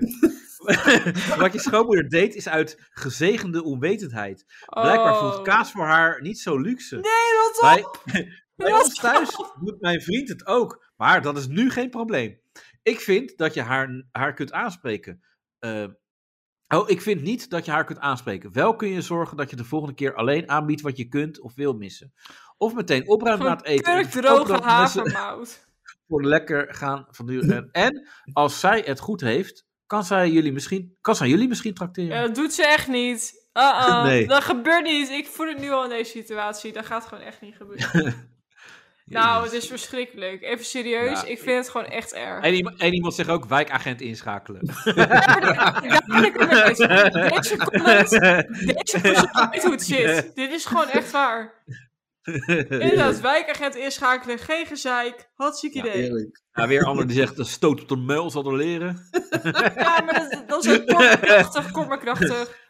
(laughs) Wat je schoonmoeder deed is uit gezegende onwetendheid. Blijkbaar voelt
Oh.
kaas voor haar niet zo luxe.
Nee, rot op.
Bij,
(laughs)
bij
Rot
ons thuis doet mijn vriend het ook, maar dat is nu geen probleem. Ik vind dat je haar, haar kunt aanspreken. Eh, oh, ik vind niet dat je haar kunt aanspreken. Wel kun je zorgen dat je de volgende keer alleen aanbiedt wat je kunt of wil missen. Of meteen opruimen na
Gewoon
het eten.
kurk
en voorkomen
droge
dat mensen
havermout.
Voor lekker gaan van duur. En als zij het goed heeft, kan zij jullie misschien, kan zij jullie misschien trakteren.
Ja, dat doet ze echt niet. Uh-uh.
Nee.
Dat gebeurt niet. Ik voel het nu al in deze situatie. Dat gaat gewoon echt niet gebeuren. nou, het is verschrikkelijk. Even serieus.
Ja.
ik vind het gewoon echt erg.
en, iemand, en iemand zegt ook wijkagent inschakelen.
(laughs) Daar ben ik het mee eens. Deze comment, deze persoon weet hoe het zit. Dit is gewoon echt waar. Inderdaad, wijkagent inschakelen, geen gezeik. Hartstikke idee. Ja,
Eerlijk.
Ja, weer ander die zegt, een stoot op de muil zal er leren.
maar dat, dat is ook kort maar krachtig, kort maar krachtig.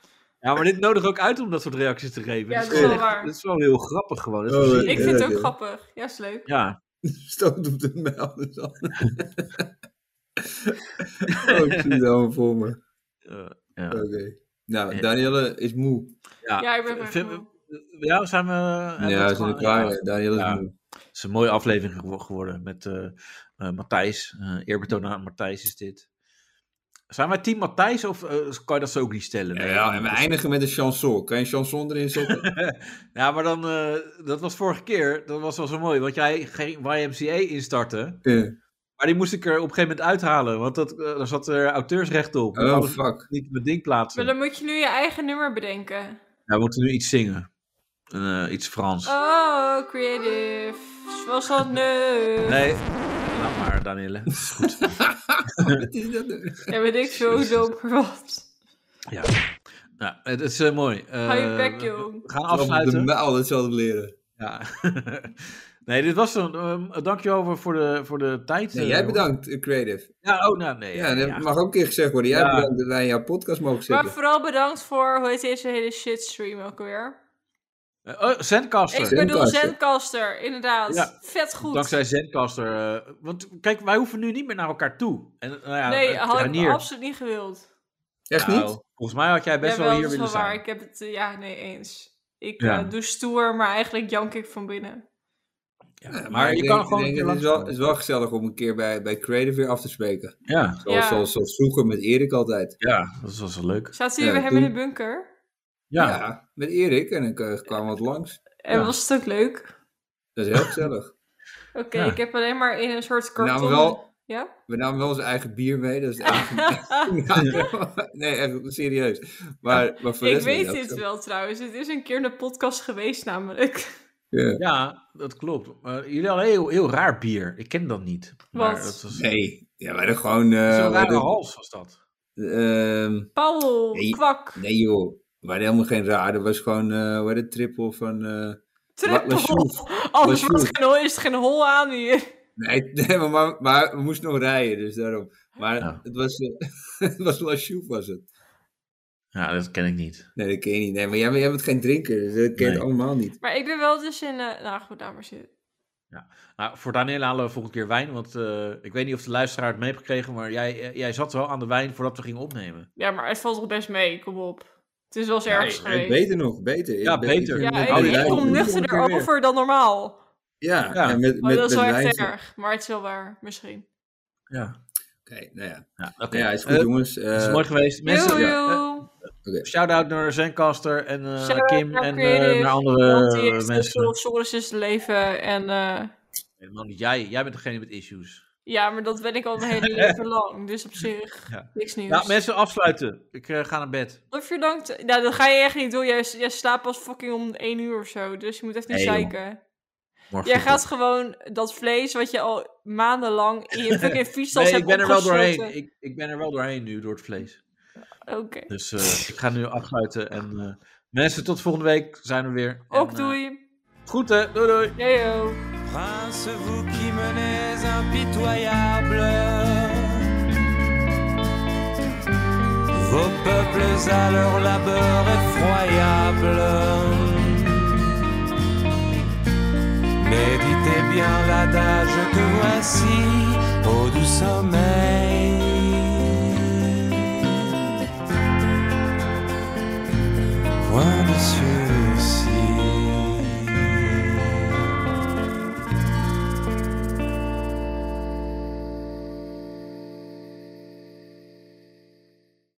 Ja, maar dit nodig ook uit om dat soort reacties te geven.
Ja,
Dit
dat is wel
echt-
waar.
Dit is wel heel grappig gewoon. Dit is
Oh,
gezien.
Ik vind het
Ja,
ook
ja.
grappig. Ja, is leuk.
ja.
Stoot op de melden. (laughs) oh, ik zie het allemaal voor me.
eh,
Oké.
ja.
Nou, Danielle is moe.
Ja, ik ben er echt
eh, Vind-
moe.
Ja, zijn we... hebben we
Ja,
het
we zijn
gewoon-
er klaar.
ja.
mee. Danielle
Ja.
is moe.
Het is een mooie aflevering gewo- geworden met eh, eh, Matthijs. Eh eerbetoon aan Matthijs is dit. Zijn wij team Matthijs of eh, kan je dat zo ook niet stellen?
Ja,
Nee.
ja, en we eindigen met een chanson. Kan je een chanson
(laughs)
erin zetten?
Ja, maar dan, eh, dat was vorige keer, dat was wel zo mooi, want jij ging YMCA instarten.
Ja.
Maar die moest ik er op een gegeven moment uithalen, want dat, eh, daar zat er auteursrecht op. Ik
oh,
had het
fuck.
niet mijn ding
Maar
plaatsen.
dan moet je nu je eigen nummer bedenken.
Ja, we moeten nu iets zingen. Eh, iets Frans.
Oh, creative. Zoals dat nu.
Nee, laat maar,
(laughs)
Danielle.
Wat is dat nou?
Ja, weet ik veel doper wat.
Ja. Nou, het is eh, mooi. Eh,
Hou je bek,
we-
joh.
We gaan
Trap op de
afsluiten.
muil, dat zal ik leren.
Ja. (laughs) nee, dit was hem. Ehm, dankjewel voor- voor de, voor de tijd.
Nee,
eh,
jij
hoor.
bedankt, eh, Creative.
Ja, oh, nou, nee.
Ja, dat
ja.
mag ook een keer gezegd worden. Jij
Ja.
bedankt dat wij in jouw podcast mogen
Maar
zitten.
vooral bedankt voor, hoe heet deze hele shitstream ook weer?
Eh, oh, Zencaster.
Ik bedoel
Zencaster.
Zencaster, inderdaad.
Ja.
Vet goed.
Dankzij Zencaster. eh, want kijk, wij hoeven nu niet meer naar elkaar toe. En, nou ja,
nee,
eh,
had ik
Ranier,
absoluut niet gewild.
Echt
nou,
niet?
Volgens mij had jij best
Jawel,
wel hier
dat is
willen
wel waar.
zijn.
Ik heb het, eh, ja, nee, eens. Ik
Ja.
eh, doe stoer, maar eigenlijk jank ik van binnen.
Ja,
Ja,
maar, je
ik
kan
denk-
gewoon
ik
een
denk
keer
dat Het is wel,
langskomen.
is wel gezellig om een keer bij, bij Creative weer af te spreken.
Ja,
Zoals,
Ja.
zoals, zoals vroeger met Erik altijd.
ja, dat was wel leuk.
Zaten jullie
Ja,
bij hem in de
toen-
bunker?
Ja,
met Erik en ik eh, kwam wat langs.
En
Ja.
was het ook leuk?
Dat is heel gezellig.
Oké,
Ja.
ik heb alleen maar in een soort karton...
Nou, wel,
Ja?
we namen wel ons eigen bier mee. Dat is
(laughs)
eigenlijk... (laughs) Ja, nee, echt serieus. Maar, maar voor de
Ik
rest
weet
ben je ook
dit
zo.
wel trouwens. Het is een keer in de podcast geweest namelijk. (laughs)
Ja.
Ja, dat klopt. Eh, jullie hadden heel, heel raar bier. Ik ken dat niet. Maar
Wat?
dat was
Nee, ja, maar dan gewoon... eh,
zo'n
we
rare
hadden,
hals was dat.
ehm,
Paul,
Nee.
kwak,
nee joh, we hadden helemaal geen raar. Dat was gewoon, eh we hadden triple van... eh, La-
trippel.
Lachouf.
Anders
Lachouf.
wordt Oh, geen hol, is het geen hol aan hier.
Nee, (laughs) nee, maar, maar, maar we moesten nog rijden, dus daarom. Maar
Ja.
het was, eh, (laughs) het was La Chouf was het.
Ja, dat ken ik niet.
Nee, dat ken je niet. Nee, maar jij, jij bent geen drinker, dus dat ken je
Nee.
allemaal niet.
Maar ik ben wel dus in... eh, nou goed, laat maar zitten.
Nou, voor Daniel halen we volgende keer wijn. Want eh, ik weet niet of de luisteraar het mee heeft gekregen. Maar jij, eh, jij zat wel aan de wijn voordat we gingen opnemen.
Ja, maar het valt toch best mee, kom op. Het is wel eens ergens
Ja,
geweest.
Eh, beter nog, beter.
Ja,
Ben-
beter.
Ja,
ben-
Oh,
ik,
ja.
ik kom
Ja.
nuchter
Volgende keer
erover dan normaal.
Ja,
Ja.
en met,
Oh,
met
dat is wel
met
echt
wijn-
erg, maar het is wel waar, misschien.
Ja.
Oké, nou ja.
ja Oké,
Nou ja, is goed
Eh,
jongens.
het is
Eh,
mooi geweest.
Joe,
Mensen,
joe.
oké.
shout-out naar Zencaster en eh,
Shout-out
Kim
naar
en eh,
Creative,
naar andere
Want
eh,
hier is
mensen.
veel Soros is het leven en... eh,
Nee, man, jij, jij bent degene met issues.
ja, maar dat ben ik al
(laughs)
mijn hele leven lang. Dus op zich,
Ja.
niks nieuws.
Ja, mensen afsluiten. Ik eh, ga naar bed.
Of je dankt... Nou, dat ga je echt niet doen. Jij, jij slaapt pas fucking om één uur of zo. Dus je moet echt niet
Nee, joh.
zeiken.
Morgen
Jij
vroeg
gaat gewoon dat vlees wat je al maandenlang in
(laughs)
je fucking fietstas
Nee,
hebt
ik ben er wel
opgesloten.
doorheen. Ik, ik ben er wel doorheen nu door het vlees.
Oké.
Dus
(laughs)
eh, ik ga nu afsluiten. En eh, mensen, tot volgende week zijn we weer. En,
Ook
eh,
doei.
groeten, doei doei.
Yo, yo.
Prince, vous qui menez impitoyable vos peuples à leur labeur effroyable. Méditez bien l'adage que voici au doux sommeil